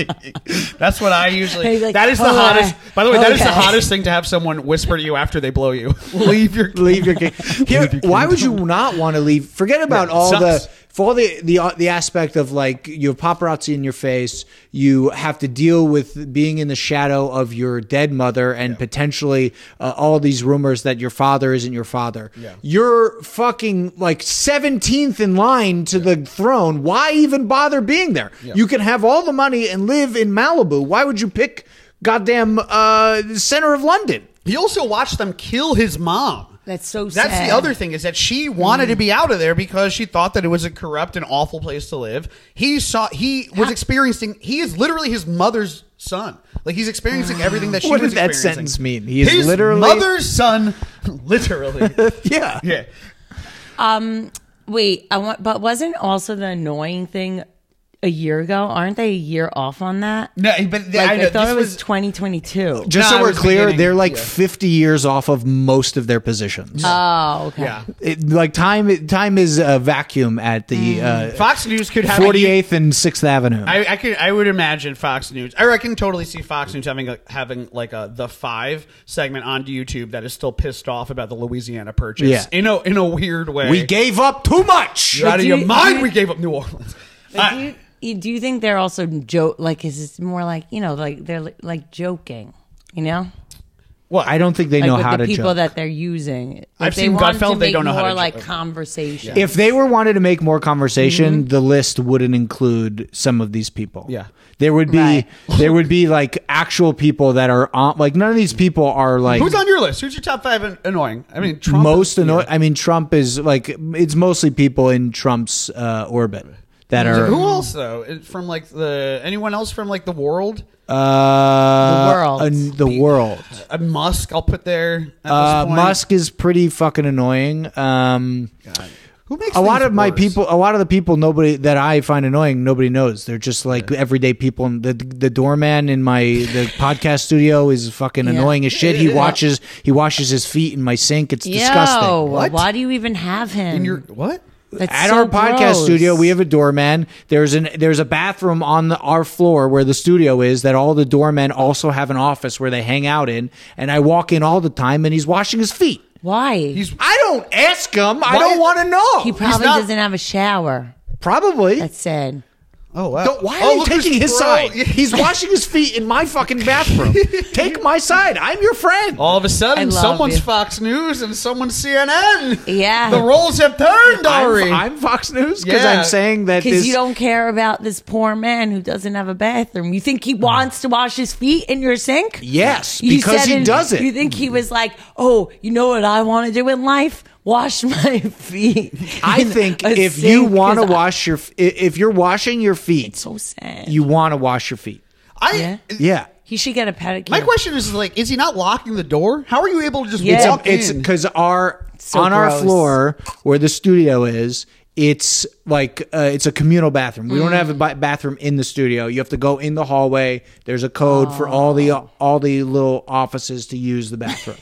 B: That's what I usually.
C: He's like,
B: that is the
C: "Oh,
B: hottest.
C: I-
B: By the way, that is the
C: okay."
B: hottest thing to have someone whisper to you after they blow you. Leave your.
D: Leave your kid. Here, why would you not want to leave? Forget about all
B: sucks.
D: the for all the the uh, the aspect of like you have paparazzi in your face, you have to deal with being in the shadow of your dead mother and potentially uh, all these rumors that your father isn't your father.
B: Yeah.
D: You're fucking like 17th in line to the throne. Why even bother being there? You can have all the money and live in Malibu. Why would you pick goddamn uh center of London?
B: He also watched them kill his mom.
C: That's so
B: That's
C: sad. Mm.
B: the other thing is that she wanted to be out of there because she thought that it was a corrupt and awful place to live. He saw he was experiencing he is literally his mother's son. Like he's experiencing everything that she
D: What
B: was
D: did that
B: experiencing.
D: sentence mean? He is
B: his
D: literally-
B: mother's son literally.
D: Yeah.
B: yeah.
C: Wait, I want, but wasn't also the annoying thing a year ago? Aren't they a year off on that?
B: No, but
C: Like,
B: I
C: I,
B: know
C: thought
B: this
C: it was,
B: was
C: 2022.
D: Just
B: No, I
D: so we're
B: was
D: clear,
B: beginning-
D: they're like
B: yeah.
D: 50 years off of most of their positions.
C: oh, okay.
B: yeah.
D: It- like time time is a vacuum
C: Mm.
D: at the uh,
B: Fox News could have a
D: 48th and 6th Avenue.
B: I, I could I would imagine Fox News. I reckon totally see Fox News having a, having like a the five segment on YouTube that is still pissed off about the Louisiana purchase.
D: Yeah.
B: in a in a weird way.
D: we gave up too much.
B: You're out of
C: Do
B: your
C: you-
B: mind.
C: I-
B: we gave up New Orleans. Uh,
C: But
B: I-
C: do you, you- do you think they're also joke? Like, is it more like you know, like they're li- like joking? You know,
B: what
D: I don't think they
C: like
D: know
C: with
D: how
C: the
D: to
C: people
D: joke.
C: that they're using. If
B: I've
C: they
B: seen
C: wanted
B: Gutfeld,
C: to
B: they
C: make
B: don't know how
C: more
B: to
C: like
B: joke.
C: conversation.
D: if they were wanted to make more conversation,
C: Mm-hmm.
D: the list wouldn't include some of these people.
B: Yeah.
D: There would be
C: Right.
D: there would be like actual people that are on like none of these people are like
B: Who's on your list? Who's your top five an- annoying? I mean, Trump
D: most
B: is-
D: annoying. I mean Trump is like it's mostly people in Trump's uh, orbit that are
B: Who else though? Is- From like the anyone else from like the world?
D: uh,
C: The world.
D: an- the world.
B: Uh, Musk, I'll put there. At
D: Uh,
B: this point.
D: Musk is pretty fucking annoying. Um,
B: Who makes
D: a lot
B: things
D: of my
B: worse?
D: people, a lot of the people, nobody that I find annoying, nobody knows. They're just like everyday people. And the the doorman in my the podcast studio is fucking
C: Yeah.
D: annoying as shit. He watches he washes his feet in my sink. It's
C: Yo,
D: disgusting.
C: why do you even have him?
B: In your what?
C: That's
D: At
C: so
D: our podcast
C: gross.
D: studio, we have a doorman. There's an there's a bathroom on the, our floor where the studio is that all the doormen also have an office where they hang out in. And I walk in all the time, and he's washing his feet.
C: why
B: He's
D: I don't ask him. I
B: Why-
D: don't want to know.
C: he probably
B: not-
C: doesn't have a shower.
D: probably.
C: That's sad.
B: oh wow.
D: Don't- why are
B: oh,
D: you
B: look who's
D: taking his
B: pro-
D: side? He's washing his feet in my fucking bathroom. Take my side. I'm your friend.
C: Oh,
B: All of a
C: I
B: sudden,
C: love
B: someone's
C: you.
B: Fox News and someone's CNN.
C: Yeah.
B: the roles have turned, Ari.
D: I'm, I'm Fox News because
B: Yeah.
D: I'm saying that
C: Because
D: this.
C: you don't care about this poor man who doesn't have a bathroom. You think he wants to wash his feet in your sink?
D: yes,
C: You
D: because
C: said
D: he
C: in-
D: does it.
C: You think he was like, oh, you know what I want to do in life? Wash my feet.
D: I
C: in
D: think
C: a
D: if you
C: sink,"
D: want to
C: 'cause I-
D: wash your, f- i- if you're washing your feet,
C: so sad.
D: you want to wash your feet.
B: I-
C: Yeah.
D: Yeah.
C: he should get a pedicure.
B: My question is, like, is he not locking the door? How are you able to just
C: Yeah. It's a-
B: walk
D: it's
B: in?
D: because our
C: so
D: on our
C: gross.
D: floor where the studio is it's like uh, it's a communal bathroom we don't have a
C: Mm.
D: ba- bathroom in the studio you have to go in the hallway there's a code for all the
C: Oh.
D: all the little offices to use the bathroom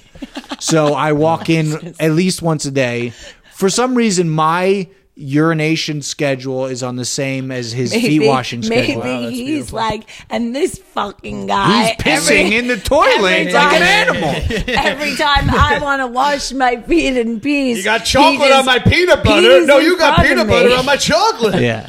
D: so i walk in at least once a day for some reason my urination schedule is on the same as his feet washing
C: Maybe
D: schedule
C: he's like, and this fucking guy.
D: He's pissing in the
C: every
D: toilet like an
C: time-
D: animal.
C: Every time I want to wash my feet and peas.
B: you got chocolate on my peanut butter.
C: peas
B: No,
C: in
B: you got
C: front of
B: peanut
C: me.
B: butter on my chocolate.
D: yeah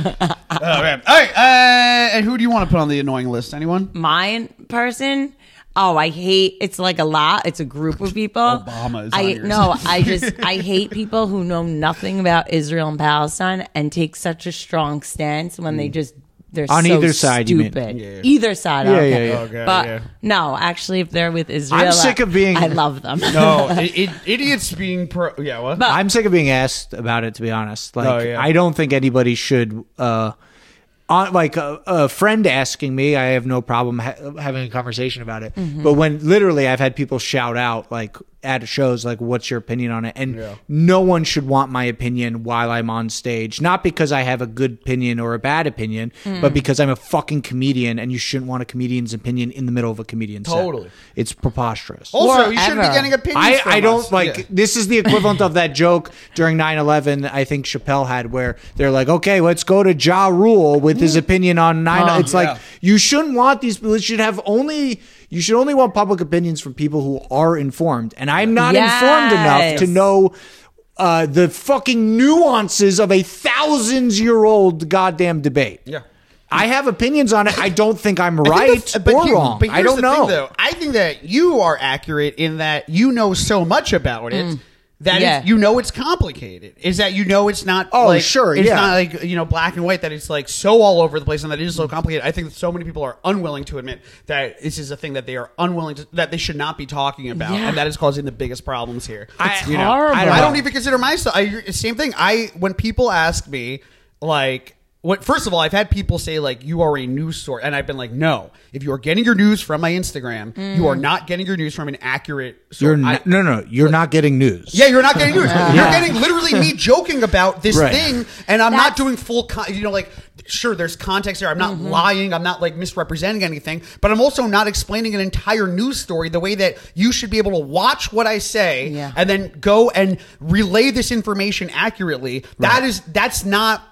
B: Oh, man. All right. Uh, and who do you want to put on the annoying list? Anyone?
C: Mine person. Oh, I hate. It's like a lot. It's a group of people.
B: Obama is on
C: I
B: yours.
C: no. I just I hate people who know nothing about Israel and Palestine and take such a strong stance when they just they're
D: Mm. On
C: so
D: either side, you mean.
C: stupid. Either side. I
D: Yeah,
C: don't
D: yeah,
C: care.
D: yeah.
B: Okay,
C: but
B: yeah.
C: no, actually, if they're with Israel,
D: I'm sick
C: I-
D: of being-
C: I love them.
B: No, i i idiots being pro. Yeah, what?
C: But-
D: I'm sick of being asked about it. To be honest, like
B: Oh, yeah.
D: I don't think anybody should. Uh, on, like a, a friend asking me, I have no problem ha- having a conversation about it.
B: Mm-hmm.
D: But when literally, I've had people shout out like at shows, like "What's your opinion on it?" And no one should want my opinion while I'm on stage. Not because I have a good opinion or a bad opinion,
B: Mm.
D: but because I'm a fucking comedian, and you shouldn't want a comedian's opinion in the middle of a comedian's set.
B: Totally.
D: It's preposterous.
B: also, you shouldn't be
C: Forever.
B: getting opinions.
D: I,
B: from
D: I
B: us.
D: don't like
B: Yeah.
D: this is the equivalent of that joke during 9-11 I think Chappelle had where they're like, okay, let's go to Ja Rule with his opinion on nine. it's
B: yeah.
D: like you shouldn't want these people. You should have only you should only want public opinions from people who are informed. And I'm not informed enough
C: Yes.
D: to know uh, the fucking nuances of a thousands year old goddamn debate.
B: Yeah.
D: I have opinions on it. I don't think I'm
B: I
D: right
B: think the- but
D: or
B: here-
D: wrong.
B: But
D: I
B: here's
D: don't
B: the
D: know.
B: Thing, though. I think that you are accurate in that you know so much about it.
D: Mm.
B: that
C: Yeah.
B: it's- you know it's complicated. Is that you know it's not?
D: Oh,
B: like,
D: sure,
B: It's
D: yeah.
B: not like you know black and white. That it's like so all over the place, and that it is
D: Mm.
B: so complicated. I think that so many people are unwilling to admit that this is a thing that they are unwilling to that they should not be talking about,
C: Yeah.
B: and that is causing the biggest problems here.
D: It's
B: you
C: horrible.
B: I don't, I don't
D: know.
B: even consider myself. I, same thing. I when people ask me like. What, first of all, I've had people say like you are a news source, and I've been like, no. If you are getting your news from my Instagram, you are not getting your news from an accurate. Source.
D: Mm. You're
B: I-
D: not, no, no, you're not getting news.
B: yeah, you're not getting news. You're getting literally me joking about this
D: Right.
B: thing, and I'm not
C: That's- Mm-hmm.
B: doing full. Con- you know, like sure, there's context there. I'm not lying. I'm not like misrepresenting anything, but I'm also not explaining an entire news story the way that you should be able to watch what I say
C: Yeah.
B: and then go and relay this information accurately. That is that's not.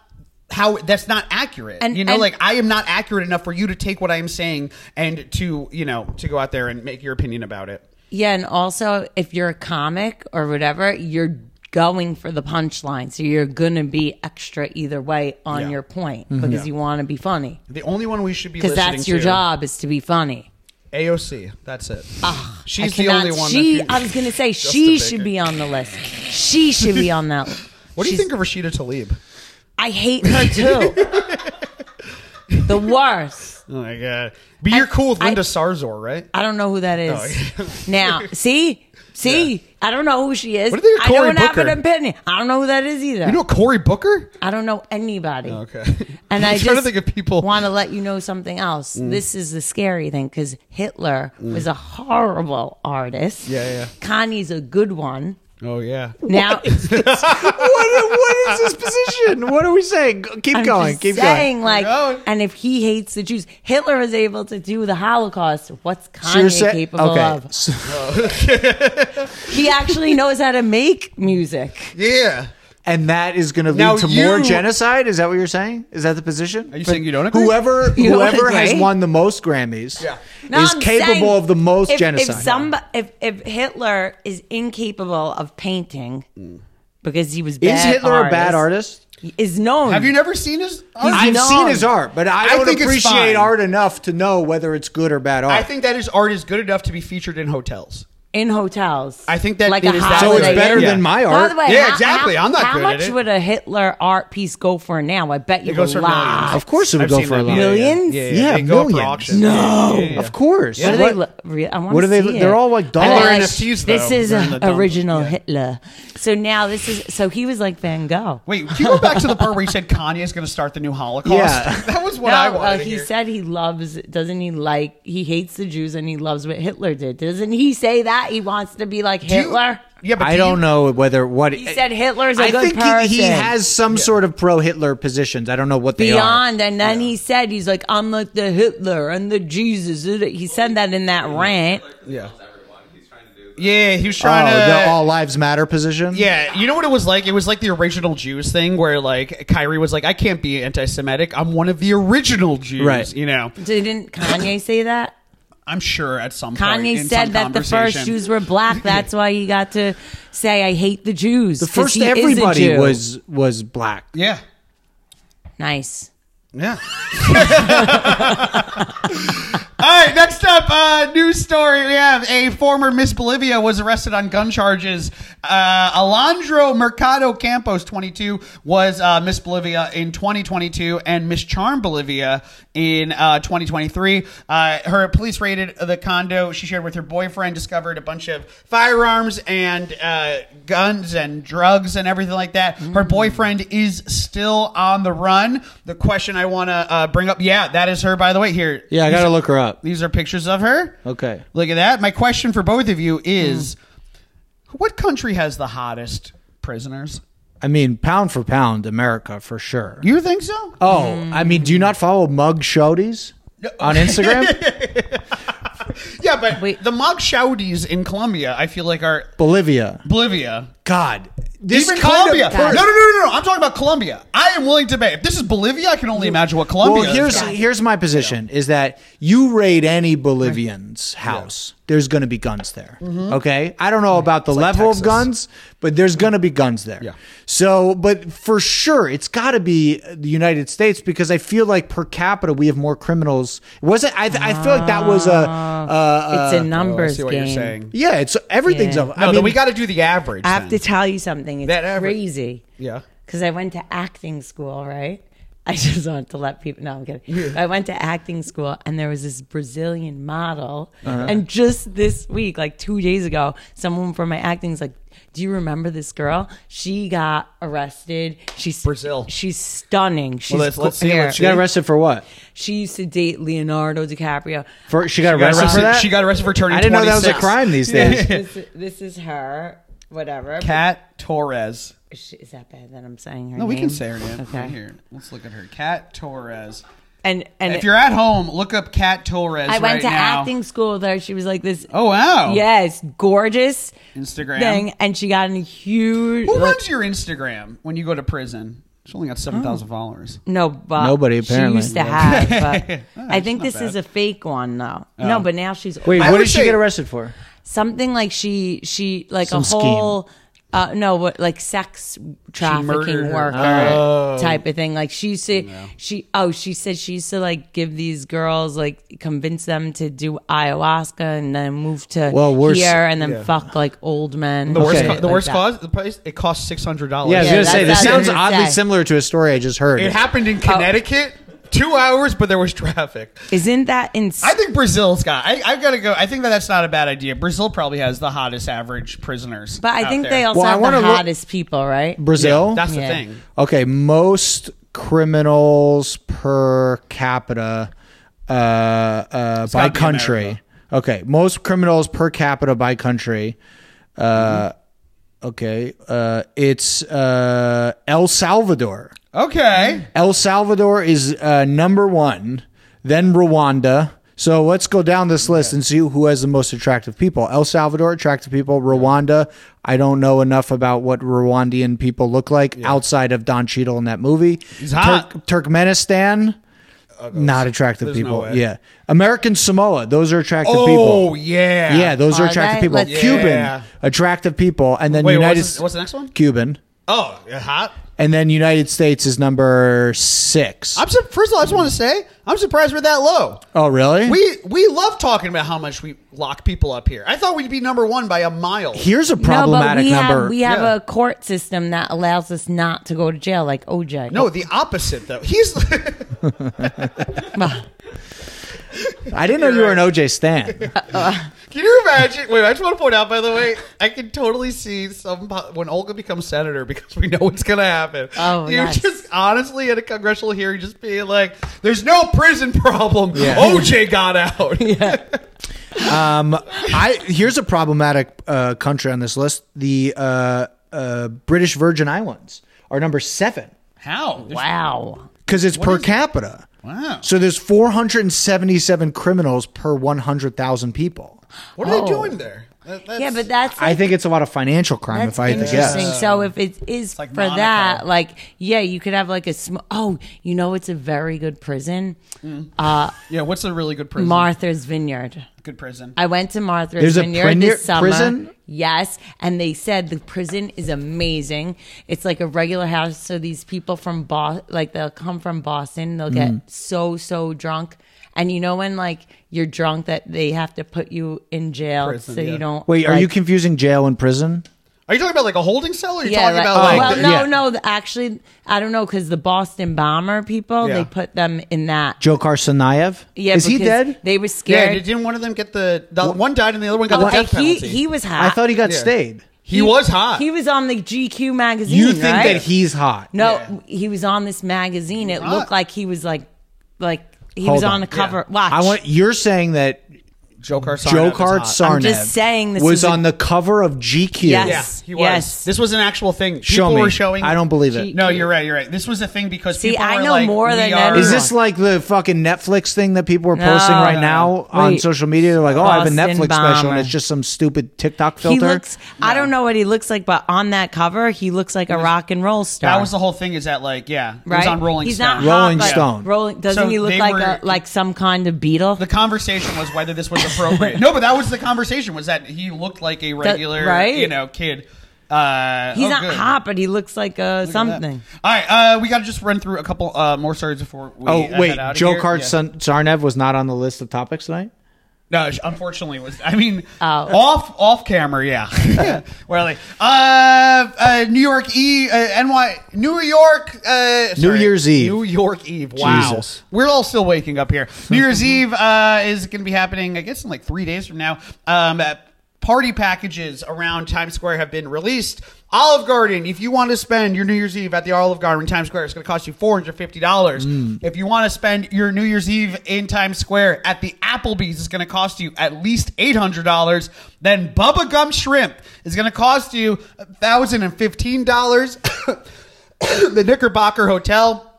B: How that's not accurate,
C: And-
B: you know.
C: and-
B: like I am not accurate enough for you to take what I am saying and to you know to go out there and make your opinion about it.
C: Yeah, and also if you're a comic or whatever, you're going for the punchline, so you're gonna be extra either way on
B: Yeah.
C: your point
D: Mm-hmm.
C: because you want to be funny
B: The only one we should be
C: because
B: listening
C: that's your
B: to-
C: job is to be funny.
B: AOC. That's it.
C: Ah, I
B: She's
C: cannot-
B: the only one.
C: She,
B: that
C: I was gonna say
B: Just
C: she
B: to make
C: should
B: it.
C: be on the list. She should be on that.
B: What do you
C: She's-
B: think of Rashida Tlaib?
C: I hate her too. the worst.
B: Oh my god! But you're cool with
C: I-
B: Linda Sarzour, right?
C: I don't know who that is.
B: Oh, yeah.
C: Now, see, see, I don't know who she is.
B: What do they do to
C: I don't
B: Cory
C: have an
B: Booker?
C: opinion. I don't know who that is either.
B: You know Cory Booker?
C: I don't know anybody.
B: Okay.
C: And I
B: I'm
C: just
B: trying to think of people. Mm.
C: want to let you know something else. This is the scary thing because Hitler was a horrible artist.
B: Yeah, yeah.
C: Kanye's a good one.
B: Oh yeah.
C: Now,
D: what, what is this position? What are we saying? Go- Keep
C: I'm
D: going.
C: just
D: Keep
C: saying,
D: going.
C: like,
B: Going.
C: and if he hates the Jews, Hitler was able to do the Holocaust. What's
D: So you're
C: Kanye
D: sa-
C: capable
D: okay.
C: of?
D: So-
C: He actually knows how to make music.
B: Yeah.
D: and that is going to lead
B: Now
D: to
B: you-
D: more genocide. Is that what you're saying? Is that the position?
B: Are you saying you don't agree?
D: Whoever
C: You don't
D: whoever has
C: agree?
D: won the most Grammys
B: Yeah.
C: No,
D: is
C: I'm
D: capable
C: saying
D: of the most
C: if,
D: genocide.
C: If, some, if, if Hitler is incapable of painting because he was bad
D: is Hitler a bad artist?
C: He is known.
B: Have you never seen his?
C: He's
D: I've
C: known.
D: seen his art, but I
B: Oh, I
D: don't
B: think it's fine.
D: appreciate art enough to know whether it's good or bad art.
B: I think that his art is good enough to be featured in hotels.
C: in hotels?
B: I think that
C: like
B: it
C: a
B: is that
C: holiday.
D: so. It's better
C: Inn.
B: Yeah.
D: than my
C: By
D: art.
C: the way,
B: Yeah,
C: how-
B: exactly.
C: How,
B: I'm not
C: how
B: good at
C: much
B: it.
C: would a Hitler art piece go for now? I bet you
B: It goes
C: a
B: for
C: lot.
B: millions.
D: Of course it would
B: I've
D: go
B: seen
D: for a
B: that.
D: lot.
C: Millions?
B: Yeah, yeah,
D: Yeah,
B: They go up for
D: millions.
B: auction.
D: No.
B: Yeah, yeah, yeah.
D: Of course.
C: What do they?
D: What-
C: look? re- I want
D: what do
C: to
D: they
C: see
D: look-
C: it.
D: they're all like dolls.
B: They're
C: Like,
B: NFTs,
C: This
B: though.
C: is
B: They're in the dump.
C: original
B: Yeah.
C: Hitler. So now this is. So he was like Van Gogh.
B: Wait, can you go back to the part where you said Kanye is going to start the new Holocaust?
D: Yeah.
B: that was what
C: No,
B: I wanted.
C: uh,
B: to
C: he
B: hear.
C: said he loves. Doesn't he like? He hates the Jews and he loves what Hitler did. Doesn't he say that he wants to be like
B: Do you-
C: Hitler?
B: Yeah, but
D: I
B: do
D: don't
B: you-
D: know whether what
C: He said Hitler's a
D: I
C: good
D: think
C: person.
D: He, he has some sort of pro Hitler positions. I don't know what they
C: beyond. And then he said, he's like, I'm like the Hitler and the Jesus. He said that in that rant.
B: Yeah.
E: Everyone, he's trying to do the
B: Yeah, he was
D: are.
B: trying
D: oh,
B: to
D: the all lives matter position.
B: Yeah, you know what it was like? It was like the original Jews thing where like Kyrie was like, I can't be anti Semitic. I'm one of the original Jews.
D: Right.
B: You know?
C: Didn't Kanye say that?
B: I'm sure at some point. in
C: Kanye
B: some
C: said that the first
B: conversation-
C: Jews were black. That's why he got to say, I hate the Jews.
D: the first everybody
C: everybody
D: was was black.
B: Yeah.
C: Nice.
B: Yeah. All right, next up, uh, news story. We have a former Miss Bolivia was arrested on gun charges. Uh, Alondro Mercado Campos, 22, was uh, Miss Bolivia in 2022 and Miss Charm Bolivia in uh, 2023. Uh, her police raided the condo she shared with her boyfriend, discovered a bunch of firearms and uh, guns and drugs and everything like that.
D: Mm.
B: Her boyfriend is still on the run. The question I want to uh, bring up, yeah, that is her, by the way, here.
D: Yeah, I gotta look her up.
B: These are pictures of her.
D: Okay.
B: Look at that. My question for both of you is
D: Hmm.
B: what country has the hottest prisoners?
D: I mean, pound for pound, America for sure.
B: You think so?
D: oh, I mean, do you not follow Mug Shodies on Instagram?
B: yeah, but
C: Wait.
B: the mug shouties in Colombia, I feel like are
D: Bolivia.
B: Bolivia.
D: God, this
B: Even
D: kind
B: Colombia.
D: of
B: no, no, no, no, no. I'm talking about Colombia. I am willing to bet. If this is Bolivia, I can only imagine what Colombia Oh,
D: Well, here's
B: is.
D: here's my position: is that you raid any Bolivian's house, there's going to be guns there. Okay? I don't know about the level
B: Texas.
D: of guns, but there's going to be guns there.
B: Yeah.
D: So, but for sure, it's got to be the United States because I feel like per capita we have more criminals. Was it? I, I feel like that was a. Uh,
C: it's a numbers
B: oh, I see what
C: game.
B: you're saying.
D: yeah, it's everything's.
C: Yeah.
D: Of,
B: No,
D: I
B: then
D: mean,
B: we got to do the average.
C: I have to
B: then.
C: tell you something. It's
B: That average-
C: crazy.
B: yeah.
C: because I went to acting school, right? I just want to let people. No, I'm kidding. I went to acting school, and there was this Brazilian model.
B: Uh-huh.
C: And just this week, like two days ago, someone from my acting's like, "Do you remember this girl? She got arrested. She's
B: Brazil.
C: She's stunning. She's
B: let's- let's see what
C: here.
D: she got arrested for what?
C: She used to date Leonardo DiCaprio.
D: For she got, arrested, for that.
B: She got arrested for turning.
D: I didn't know that was a
B: 26.
D: crime these days.
C: this, this is her. Whatever. but
B: Cat Torres.
C: Is she- is that bad that I'm saying her?
B: No, we
C: name?
B: can say her name.
C: Okay.
B: Right here, let's look at her. Cat Torres.
C: And and
B: If you're at home, look up Cat Torres.
C: I went
B: right
C: to
B: now.
C: acting school with her. She was like this.
B: Oh wow.
C: Yes, gorgeous
B: Instagram.
C: thing, and she got in a huge.
B: Who
C: like-
B: runs your Instagram when you go to prison? She's only got seven
C: Oh.
B: thousand followers.
C: no, but
D: Nobody, apparently.
C: She used to have, but I think this is a fake one though.
B: Oh.
C: No, but now she's
D: Wait,
B: I would
D: what did she
B: say-
D: get arrested for?
C: something like she she like
D: Some
C: a whole uh, no what like sex
B: murdered
C: trafficking
B: her.
C: worker
B: Oh.
C: type of thing like she used to she oh she said she used to like give these girls like convince them to do ayahuasca and then move to
D: Well, worse-
C: here and then fuck like old men
B: The worst,
D: Okay.
B: co- the worst
C: Like that.
B: cause, the price. It costs six hundred dollars.
D: Yeah, I was
C: Yeah,
D: gonna say
C: that's
D: this
C: not Oh.
D: sounds
C: gonna
D: oddly
C: say.
D: similar to a story I just heard.
B: It happened in Connecticut. Two hours, but there was traffic.
C: Isn't that insane?
B: I think Brazil's got. I, I've got to go. I think that that's not a bad idea. Brazil probably has the hottest average prisoners.
C: But I
B: out
C: think
B: there.
C: they also
D: Well, I
C: have
D: wanna
C: the
D: look-
C: hottest people, right?
D: Brazil.
B: Yeah, that's
C: Yeah.
B: the thing.
D: okay, most criminals per capita uh, uh, by
B: gotta be
D: country.
B: America.
D: Okay, most criminals per capita by country. Uh, Okay, uh, it's uh, El Salvador.
B: Okay.
D: El Salvador is uh, number one, then Rwanda. So let's go down this list and see who has the most attractive people. El Salvador, attractive people. Rwanda, I don't know enough about what Rwandan people look like outside of Don Cheadle in that movie.
B: hot.
D: Turkmenistan, not attractive
B: There's no
D: people.
B: way.
D: yeah. American Samoa, those are attractive
B: Oh
D: people.
B: yeah.
D: Yeah, those are
C: Are
D: attractive
C: they?
D: people.
C: Let's-
D: Cuban,
B: Yeah.
D: attractive people. And then
B: Wait,
D: United
B: what's, the, what's the next one?
D: Cuban.
B: Oh, hot.
D: And then United States is number six.
B: I'm sur- first of all, I just want to say I'm surprised we're that low.
D: oh, really?
B: We we love talking about how much we lock people up here. I thought we'd be number one by a mile.
D: Here's a
C: No, but
D: problematic
C: we
D: number.
C: have we have
B: Yeah.
C: a court system that allows us not to go to jail, like OJ.
B: No, the opposite though. He's
D: I didn't know you were an OJ stan.
B: Can you imagine? Wait, I just want to point out, by the way, I can totally see some po- when Olga becomes senator because we know what's going to happen.
C: Oh,
B: you
C: nice.
B: just honestly at a congressional hearing, just being like, "There's no prison problem.
D: Yeah.
B: OJ got out."
D: I here's a problematic uh, country on this list: the uh, uh, British Virgin Islands are number seven
B: How?
C: Wow.
D: because it's per capita.
B: Wow.
D: So there's 477 criminals per 100,000 people.
B: What are
C: Oh.
B: they doing there? That- that's-
C: Yeah, but that's
D: I think it's a lot of financial crime.
C: that's
D: If I had to
C: interesting.
D: guess,
C: So if it is
B: like
C: for
B: Monaco.
C: that, like yeah, you could have like a sm- oh, you know, it's a very good prison, uh,
B: yeah. What's a really good prison?
C: Martha's Vineyard.
B: good prison.
C: I went to Martha's
D: There's a
C: Vineyard
D: prin-
C: this summer.
D: prison?
C: Yes, and they said the prison is amazing. It's like a regular house, so these people from Boston, like they'll come from Boston, they'll
D: Mm.
C: get so so drunk, and you know when like you're drunk that they have to put you in jail
B: Prison,
C: so
B: yeah.
C: you don't.
D: wait, are
C: like-
D: you confusing jail and prison?
B: Are you talking about like a holding cell? Or are you
C: Yeah,
B: talking
C: like,
B: about like?
C: well,
D: the-
C: no,
D: yeah.
C: no. the- Actually, I don't know because the Boston bomber people
B: Yeah.
C: they put them in that.
D: Joe Karsenayev?
C: yeah,
D: is he
C: because
D: dead?
C: They were
B: yeah,
C: scared.
B: didn't one of them get the, the one died and the other one got
C: Oh,
B: the death
C: he,
B: penalty?
C: he was hot.
D: I thought he got
B: Yeah.
D: stayed.
B: He was hot.
C: He was on the GQ magazine.
D: You think
C: right?
D: that he's hot?
C: No,
B: Yeah.
C: he was on this magazine. It
B: Hot.
C: looked like he was like, like he
D: Hold
C: was on,
D: on.
C: the cover.
B: Yeah.
C: Watch.
D: I want. You're saying that
B: Joe Cart.
D: Joe Kartsarnev
C: I'm just saying this
D: was
C: is a-
D: on the cover of GQ.
B: Yeah,
C: Yes.
B: he was.
C: Yes.
B: This was an actual thing. People
D: Show me.
B: were showing.
D: I don't believe it.
C: Gee,
B: No, you're right. You're right. This was a thing because
C: See,
B: people
C: I
B: were
C: know
B: like,
C: more
B: we
C: than
B: are-
C: everyone.
D: Is this like the fucking Netflix thing that people are posting
C: No.
D: right now on
C: Wait.
D: social media? They're like, oh, I have a
C: Boston
D: Netflix special, and
C: bomber.
D: it's just some stupid TikTok filter.
C: he looks. I don't know what he looks like, but on that cover, he looks like a rock and roll star.
B: That was the whole thing. Is that like yeah? It
C: right.
B: was on Rolling
C: He's
B: Stone.
C: not hot,
D: Rolling
C: but
D: Stone.
C: Rolling. Doesn't
B: So
C: he look
B: they
C: like
B: were-
C: a like some kind of beetle?
B: the conversation was whether this was a appropriate. no, but that was the conversation. Was that he looked like a regular,
C: right?
B: you know, kid. Uh,
C: He's
B: oh,
C: not
B: good.
C: hot, but he looks like uh,
B: Look at
C: something.
B: that. All right, uh, we got to just run through a couple uh, more stories before we.
D: Oh
B: uh,
D: wait,
B: head outta
D: Joe
B: here.
D: Card
B: Yeah.
D: Sarnev was not on the list of topics tonight.
B: No, sh- unfortunately, it was I mean
C: Oh.
B: off off camera, yeah. Where like uh, uh, New York E uh, NY New York uh, sorry,
D: Year's Eve.
B: New York Eve. Wow,
D: Jesus.
B: we're all still waking up here. New Year's Eve uh, is going to be happening, I guess, in like three days from now. Um, uh, party packages around Times Square have been released. Olive Garden, if you want to spend your New Year's Eve at the Olive Garden in Times Square, it's going to cost you $450. If you want to spend your New Year's Eve in Times Square at the Applebee's, it's going to cost you at least $800. Then Bubba Gum Shrimp is going to cost you $1,015. the Knickerbocker Hotel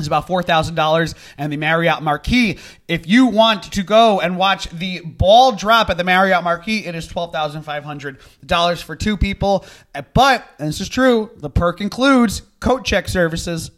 B: is about four thousand dollars, and the Marriott Marquis. If you want to go and watch the ball drop at the Marriott Marquis, it is twelve thousand five hundred dollars for two people. Uh, But and this is true, the perk includes coat check services.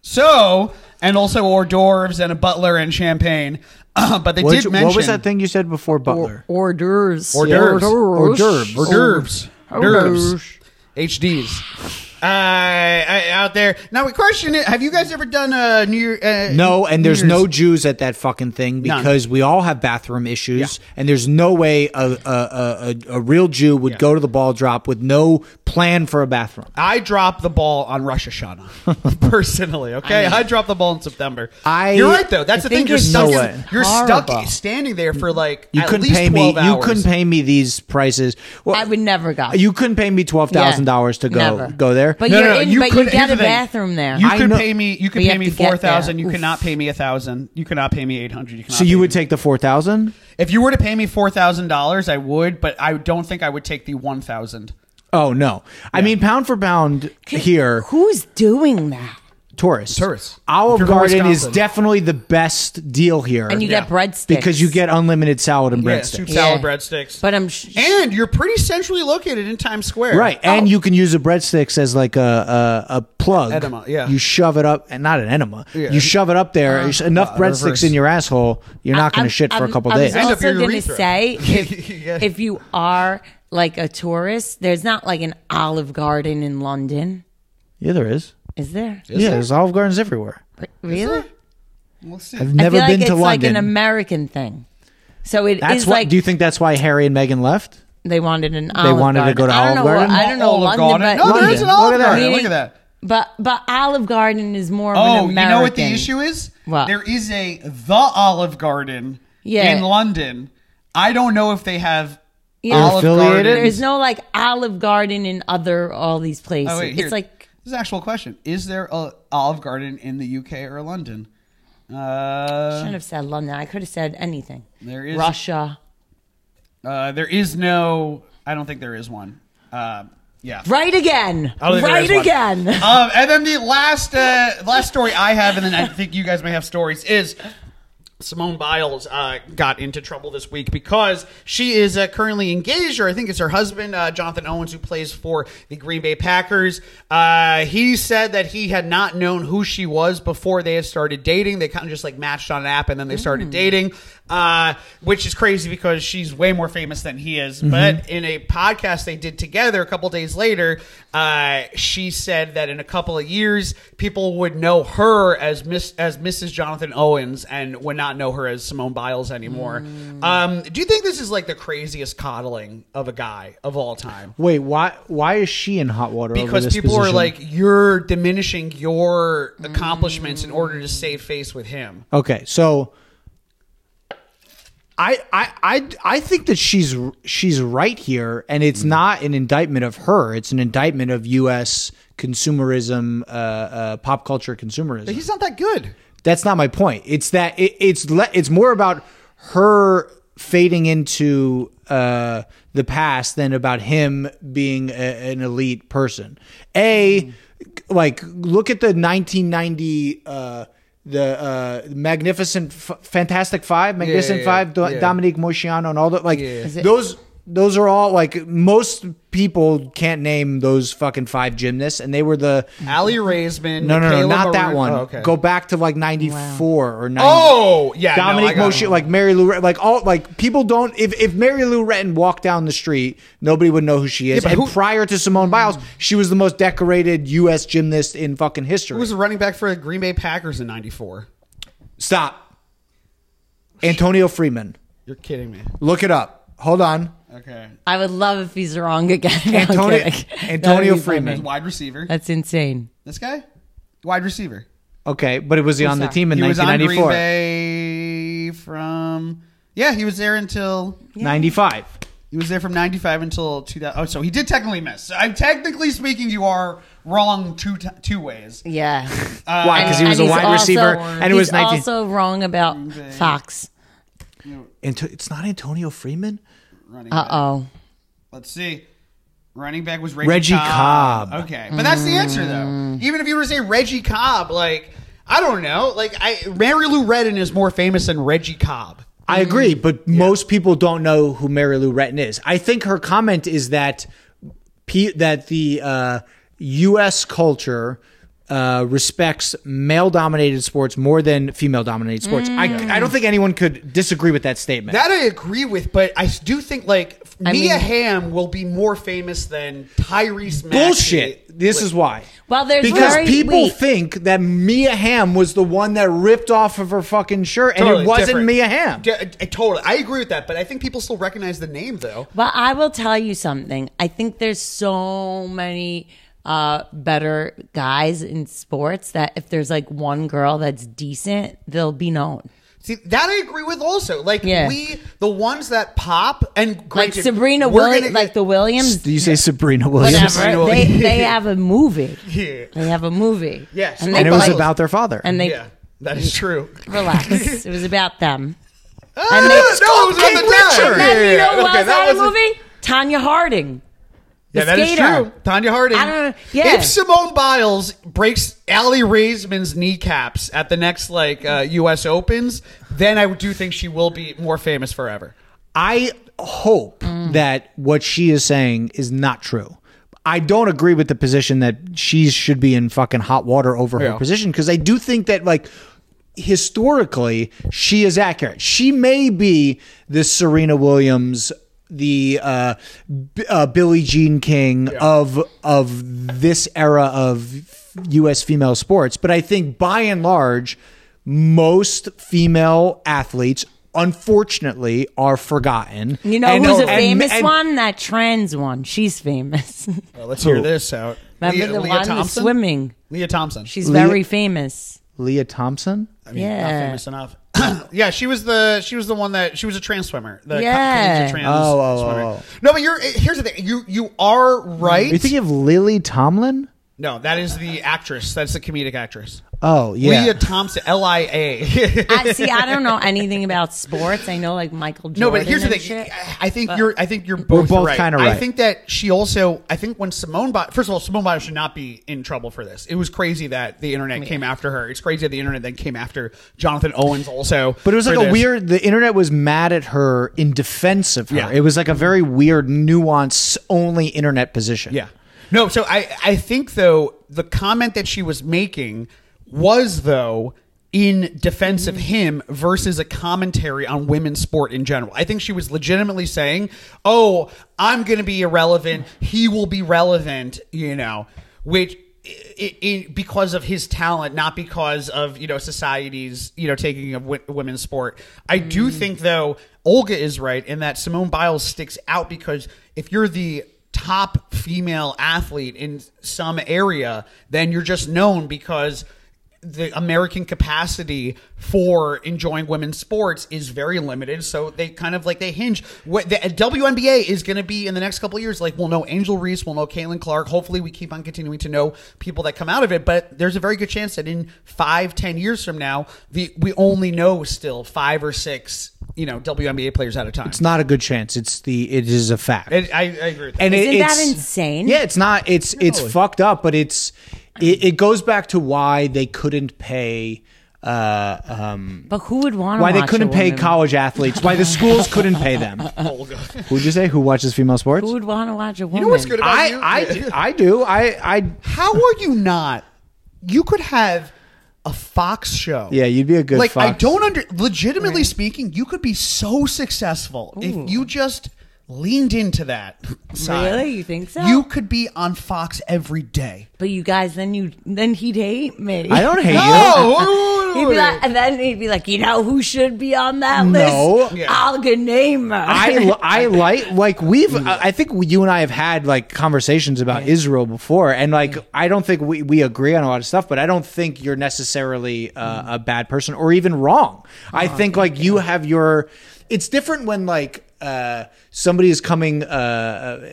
B: So and also hors d'oeuvres and a butler and champagne. Uh, but they
D: What,
B: did mention
D: what was that thing you said before Butler?
C: Hors d'oeuvres.
B: Hors d'oeuvres.
D: Hors d'oeuvres.
B: hors d'oeuvres,
C: Hors
B: d'oeuvres, HDs. Uh, I- out there now. The question is: Have you guys ever done a New Year? Uh,
D: No, and
B: New
D: there's
B: Year's-
D: no Jews at that fucking thing
B: None.
D: because we all have bathroom issues,
B: Yeah.
D: and there's no way a a, a, a, a real Jew would
B: Yeah.
D: go to the ball drop with no plan for a bathroom.
B: I dropped the ball on Rosh Hashanah, personally. Okay, I, dropped the ball in September.
D: I-
B: you're right though. That's
C: I
B: the thing.
C: think
B: You're
C: it's
B: stuck.
D: no
B: in-
D: way.
B: you're
C: Horrible.
B: stuck standing there for like
D: You
B: at
D: couldn't
B: least
D: pay me.
B: 12 hours.
D: You couldn't pay me these prices. Well,
C: I would never go.
D: You couldn't pay me twelve thousand dollars to go
C: Never.
D: go there.
C: But
B: No,
C: you're
B: no, no,
C: in,
B: you
C: but you
B: couldn't- here's
C: get
B: the
C: a
B: thing.
C: bathroom there.
B: You
D: I
B: could
D: know-
B: pay me. You could
C: But you
B: pay
C: have
B: me
C: to get there.
B: four thousand. You
C: Oof.
B: cannot pay me a thousand. You cannot pay me eight hundred.
D: so you would take the four thousand?
B: If you were to pay me four thousand dollars, I would, but I don't think I would take the one thousand.
D: Oh no! I mean, pound for pound here,
C: Who's doing that?
D: Taurus.
B: Taurus. If
D: Olive
B: you're from
D: Garden is
B: Wisconsin.
D: definitely the best deal here,
C: And you
B: Yeah.
C: get breadsticks
D: because you get unlimited salad and breadsticks.
B: two
C: Yeah.
B: salad breadsticks.
C: But I'm sh-
B: and you're pretty centrally located in Times Square, Oh.
D: Right, and
C: Oh.
D: you can use the breadsticks as like a a, a plug.
B: Enema, yeah.
D: You shove it up, and not an enema.
B: Yeah. Uh,
D: You shove it up there. it's enough breadsticks
B: reverse.
D: in your asshole. You're not going to
C: I'm-
D: shit for a
C: I'm-
D: couple
C: I
D: days.
C: was
B: End up
C: also
B: your
C: going to
B: urethra.
C: say, if,
B: Yeah.
C: if you are like a tourist, there's not like an Olive Garden in London,
D: yeah, there is.
C: is there?
D: yeah, there's Olive Gardens everywhere.
C: Re- Really?
B: We'll see.
D: I've
C: I
D: never
C: feel like
D: been
C: it's
D: to
C: like
D: London.
C: an American thing. So it is
D: that's why.
C: like
D: do you think that's why Harry and Meghan left?
C: they wanted an Olive
D: wanted
C: Garden.
D: to go to
C: I don't
D: Olive
C: know,
D: Garden?
C: I don't know
B: Olive
C: London,
B: Garden.
C: but
B: No, there
D: London.
B: is an
D: Look at
B: Olive
D: that.
B: Garden. Look
C: Meaning-
B: at that.
C: But but Olive Garden is more of
B: Oh,
C: an
B: you
C: American.
B: know what the issue is?
C: What?
B: There is a the Olive Garden
C: Yeah.
B: in London. I don't know if they have
C: Yeah.
B: Olive
D: Affiliated?
B: Garden.
C: There's no like Olive Garden in other all these places.
B: Oh, wait, here.
C: it's like
B: this is an actual question: Is there a Olive Garden in the UK or London?
C: I
B: Uh,
C: shouldn't have said London. I could have said anything.
B: There is-
C: Russia.
B: uh, there is no. I don't think there is one. Uh, yeah.
C: Right again.
B: I don't think there
C: Right
B: is one.
C: again.
B: um, and then the last uh, last story I have, and then I think you guys may have stories, is Simone Biles uh, got into trouble this week because she is uh, currently engaged, or I think it's her husband, uh, Jonathan Owens, who plays for the Green Bay Packers. Uh, he said that he had not known who she was before they had started dating. They kind of just like matched on an app and then they started dating, uh, which is crazy because she's way more famous than he is.
D: Mm-hmm.
B: But in a podcast they did together a couple days later, uh, she said that in a couple of years, people would know her as Miss as Mrs. Jonathan Owens and would not know her as Simone Biles anymore.
D: Mm.
B: Um, do you think this is like the craziest coddling of a guy of all time?
D: Wait, why? Why is she in hot water? over
B: Because
D: this
B: people are
D: position?
B: like, you're diminishing your
D: Mm.
B: accomplishments in order to save face with him.
D: Okay, so I I I I think that she's she's right here, and it's not an indictment of her; it's an indictment of U.S. consumerism, uh, uh, pop culture consumerism.
B: He's not that good.
D: That's not my point. It's that it, it's le- it's more about her fading into uh, the past than about him being a, an elite person. A like look at the 1990 uh, the uh, magnificent, f- fantastic five, magnificent
B: yeah,
D: five, Do-
B: yeah.
D: Dominique Moiciano, and all that. Like
B: yeah.
C: it-
D: those those are all like most people can't name those fucking five gymnasts, and they were the
B: Ali Raisman.
D: no, no, no,
B: Michaela
D: not that
B: Maroon-
D: one.
B: Oh, okay.
D: Go back to like '94 or '90.
B: Oh, yeah, no, I
D: Dominique
B: got
D: Moshi,
B: it.
D: like Mary Lou, Retton, like all like people don't. If if Mary Lou Retton walked down the street, nobody would know who she is.
B: but
D: and
B: who-
D: prior to Simone Biles, she was the most decorated U.S. gymnast in fucking history.
B: Who was the running back for the Green Bay Packers in '94?
D: Stop. Antonio Freeman.
B: You're kidding me.
D: Look it up. Hold on.
B: Okay.
C: I would love if he's wrong again. No, I'm
D: Antonio-
C: kidding. That
D: Antonio
C: would be funny.
D: Freeman.
B: Wide receiver.
C: That's insane.
B: This guy? Wide receiver.
D: Okay, but it was he on the
C: sorry.
D: team in
B: He was on Green
D: 1994,
B: Bay from. Yeah, he was there until
D: 95.
B: he was there from '95 until 2000. Oh, so he did technically miss. So I'm technically speaking, you are wrong two t- two ways.
C: Yeah.
B: Uh,
D: Why? Because he was a
C: And he's
D: wide
C: also-
D: receiver, and it was
C: he's
D: 19.
C: also wrong about Fox.
D: Anto- it's not Antonio Freeman.
B: Running.
C: Uh
B: back.
C: oh.
B: Let's see. Running back was Reggie,
D: Reggie
B: Cobb.
D: Cobb.
B: Okay, but that's the answer though. Even if you were to say Reggie Cobb, like I don't know, like I Mary Lou Redden is more famous than Reggie Cobb.
D: I
C: Mm-hmm.
D: agree, but most people don't know who Mary Lou Retton is. I think her comment is that P- that the uh, U.S. culture uh, respects male-dominated sports more than female-dominated sports.
C: Mm.
D: I, I don't think anyone could disagree with that statement.
B: That I agree with, but I do think like
C: I
B: Mia
C: mean-
B: Hamm will be more famous than Tyrese. Maxey.
D: Bullshit. This is why.
C: Well, there's
D: because
C: very-
D: people
C: wait.
D: think that Mia Hamm was the one that ripped off of her fucking shirt, and
B: Totally
D: it wasn't
B: different.
D: Mia Hamm.
B: D- uh, I- totally, I agree with that, but I think people still recognize the name though.
C: Well, I will tell you something. I think there's so many uh, better guys in sports that if there's like one girl that's decent, they'll be known.
B: See, that I agree with also. Like
C: Yeah.
B: we, the ones that pop and
C: Like
B: granted,
C: Sabrina
B: we're
C: Williams,
B: gonna-
C: like the Williams,
D: Do you say Sabrina
C: whatever. They,
B: Williams.
C: they have a movie.
B: Yeah.
C: They have a movie.
B: Yes.
C: And, they
D: And it was
C: play-
D: about their father.
C: And they
B: yeah, that is true.
C: relax. it was about them.
B: Ah,
C: And they-
B: no, it was
D: King
B: on the dime.
D: Richard.
C: And then you know who
B: Okay,
C: else
B: that
C: had a
B: wasn't-
C: movie? Tanya Harding. The
B: Yeah, that is
C: skater.
B: true. Tanya Harding.
C: I don't know. Yeah.
B: If Simone Biles breaks Allie Raisman's kneecaps at the next like uh, U.S. Opens, then I do think she will be more famous forever.
D: I hope that what she is saying is not true. I don't agree with the position that she should be in fucking hot water over
B: Yeah.
D: her position because I do think that like historically she is accurate. She may be the Serena Williams, the uh, B- uh, Billie Jean King of of this era of U.S. female sports, but I think by and large most female athletes unfortunately are forgotten
C: You know
D: and-
C: who's a
D: and-
C: famous
D: and-
C: one? That trans one. She's famous.
B: Well, Uh, let's
D: Who?
B: hear this out.
C: Remember
B: Leah-
C: the
B: Leah
C: one who's
B: Thompson?
C: swimming?
B: Leah Thompson.
C: She's
D: Leah-
C: very famous.
D: Leah Thompson.
B: I mean, not
C: Yeah.
B: famous enough. yeah, she was the she was the one that she was a trans swimmer. The co-
C: Yeah.
B: collegiate trans
D: Oh, oh,
B: swimmer.
D: oh, oh.
B: No, but you're eh, here's the thing. You you are right.
D: Are you thinking of Lily Tomlin?
B: no, that is the actress. That's the comedic actress.
D: Oh yeah,
B: Leah Thompson, L I A.
C: I see. I don't know anything about sports. I know like Michael Jordan.
B: No, but here's the
C: and
B: thing.
C: shit.
B: I- I think you're. I think you're both,
D: both
B: right.
D: kinda
B: I
D: right.
B: think that she also. I think when Simone. Bi- First of all, Simone Biles should not be in trouble for this. It was crazy that the internet came after her. It's crazy that the internet then came after Jonathan Owens also.
D: But it was
B: for
D: like a
B: this.
D: weird. The internet was mad at her in defense of her.
B: Yeah.
D: It was like a very weird, nuanced, only internet position.
B: Yeah. No, so I, I think though the comment that she was making was though in defense of him versus a commentary on women's sport in general. I think she was legitimately saying, "Oh, I'm going to be irrelevant. He will be relevant," you know, which i i because of his talent, not because of you know society's you know taking of w- women's sport. I do think though Olga is right in that Simone Biles sticks out because if you're the top female athlete in some area, then you're just known because the American capacity for enjoying women's sports is very limited. So they kind of like they hinge. What the uh, WNBA is going to be in the next couple of years, like we'll know Angel Reese, we'll know Caitlin Clark. Hopefully, we keep on continuing to know people that come out of it. But there's a very good chance that in five, ten years from now, the we only know still five or six, you know, WNBA players at a time.
D: It's not a good chance. It's the. It is a fact.
B: It- I, I agree. With that.
D: and
C: Isn't
D: it,
C: that
D: it's,
C: insane?
D: Yeah, it's not. It's it's fucked up, but it's it, it goes back to why they couldn't pay uh, um,
C: But who would want to?
D: why they couldn't pay college athletes, why the schools couldn't pay them. Who'd you say? Who watches female sports?
C: Who would want to watch a woman?
B: what's good about
D: I,
B: you?
D: I, do- I do. I, I,
B: How are you not? You could have a Fox show.
D: yeah, you'd be a good
B: like I
D: Fox.
B: don't under legitimately speaking, you could be so successful if you just leaned into that. side.
C: Really? You think so?
B: You could be on Fox every day.
C: but you guys, then you, then he'd hate me.
D: I don't hate
B: Oh!
D: you.
B: No,
C: He'd be like, and then he'd be like, you know who should be on that
D: No.
C: list?
B: Yeah.
C: Olga Namer.
D: I, li- I like like we've I I think you and I have had like conversations about Israel before and like I don't think we, we agree on a lot of stuff but I don't think you're necessarily uh, a bad person or even wrong I think like you have your it's different when like uh, somebody is coming uh,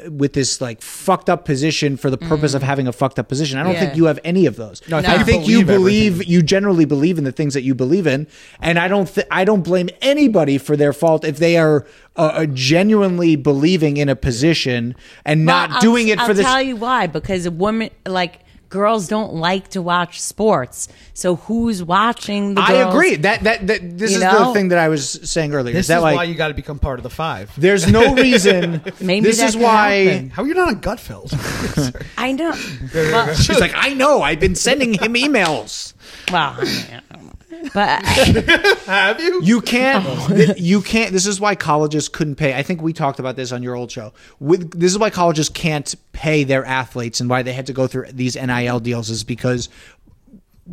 D: uh, with this like fucked up position for the purpose of having a fucked up position I don't
C: Yeah.
D: think you have any of those
B: I
D: I
B: think
D: think,
B: you
D: you
B: believe
D: believe you generally believe in the things that you believe in, and I don't. Th- I don't blame anybody for their fault if they are uh, uh, genuinely believing in a position and
C: Well,
D: not doing it
C: I'll
D: for this.
C: tell you why. Because a woman, like girls, don't like to watch sports. So who's watching the?
D: I
C: girls?
D: agree. That that, that this
C: You
D: is the
C: know?
D: thing that I was saying earlier.
B: This
D: is that
B: is
D: like
B: why you got to become part of the five.
D: there's no reason.
C: Maybe
D: this
C: that
D: is
C: could
D: why.
C: happen.
B: How are you not on Gutfeld? Sorry.
C: I know. well,
D: She's like, I know. I've been sending him emails.
C: well, I mean, but
B: Have you?
D: You can't. th- you can't. This is why colleges couldn't pay. I think we talked about this on your old show. With this is why colleges can't pay their athletes and why they had to go through these NIL deals is because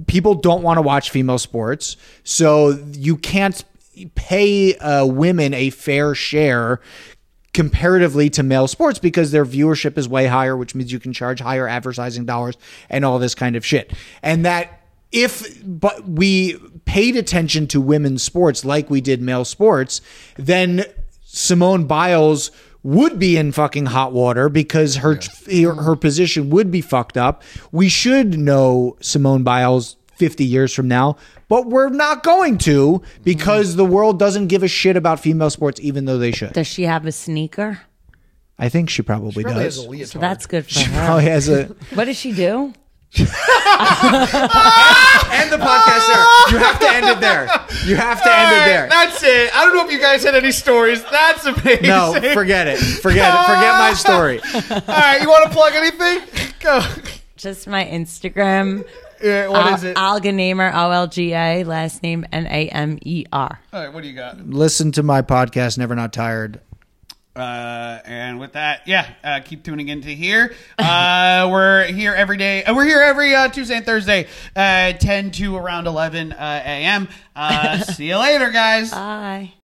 D: people don't want to watch female sports, so you can't pay uh, women a fair share comparatively to male sports because their viewership is way higher, which means you can charge higher advertising dollars and all this kind of shit. And that if but we paid attention to women's sports like we did male sports, then Simone Biles would be in fucking hot water because her her, her position would be fucked up. We should know Simone Biles 50 years from now, but we're not going to because the world doesn't give a shit about female sports even though they should.
C: does she have a sneaker?
D: I think she probably,
B: Probably has
D: does.
B: a leotard.
C: So that's good for
D: she
C: her.
D: probably has a
C: What does she do?
D: End the podcast there. You have to end it there. You have to end it there.
B: That's it. I don't know if you guys had any stories. That's amazing.
D: No, forget it. Forget it. Forget my story.
B: All right, you want to plug anything? Go.
C: Just my Instagram.
B: Yeah, what is it? All
C: Alga Namer, O L G A, last name N A M E R.
B: right, what do you got?
D: Listen to my podcast Never Not Tired.
B: Uh, and with that, yeah, uh, keep tuning in to here. Uh, we're here every day. Uh, we're here every uh, Tuesday and Thursday, uh, 10 to around 11 uh, a.m. Uh, see you later, guys.
C: Bye.